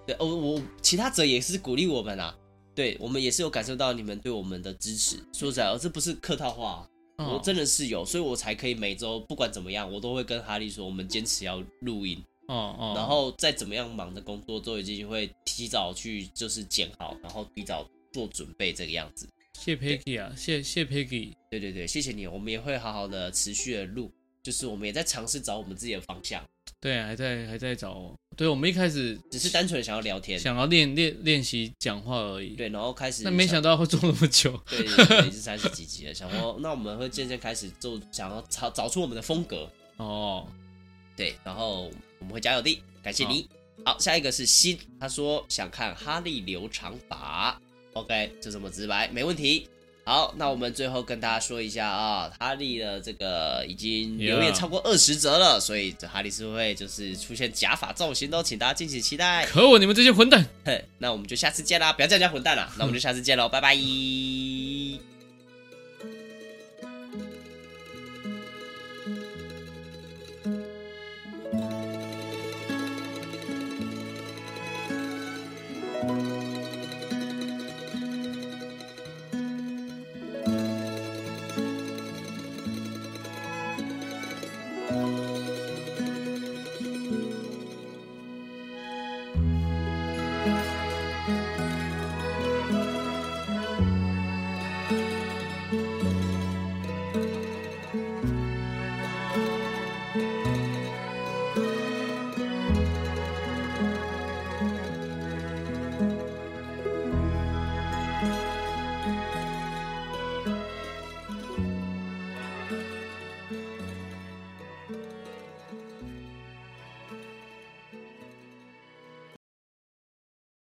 S2: 对，哦，我其他者也是鼓励我们啊，对我们也是有感受到你们对我们的支持。说实在，哦这不是客套话啊、
S1: 哦
S2: 我真的是有，所以我才可以每周不管怎么样，我都会跟哈利说，我们坚持要录音。
S1: 哦哦，
S2: 然后再怎么样忙的工作都已经会提早去就是剪好，然后提早做准备这个样子。
S1: 谢 Peggy 啊，谢谢 Peggy，
S2: 对对对，谢谢你，我们也会好好的持续的录，就是我们也在尝试找我们自己的方向，
S1: 对，还在还在找我，对我们一开始
S2: 只是单纯地想要聊天，
S1: 想要练练练习讲话而已，
S2: 对，然后开始
S1: 那没想到会做那么久，
S2: 对对对，已经三十几集了，想说那我们会渐渐开始就想要找找出我们的风格，
S1: 哦，
S2: 对，然后我们会加油的，感谢你。好，下一个是新，他说想看哈利留长发，OK，就这么直白，没问题。好，那我们最后跟大家说一下啊，哈利的这个已经
S1: Yeah
S2: 留言超过二十折了所以这哈利是会就是出现假发造型的哦，请大家敬请期待。 [laughs]
S1: 可恶，你们这些混蛋！
S2: 哼，那我们就下次见啦，不要叫人家混蛋啦，那我们就下次见喽，拜拜。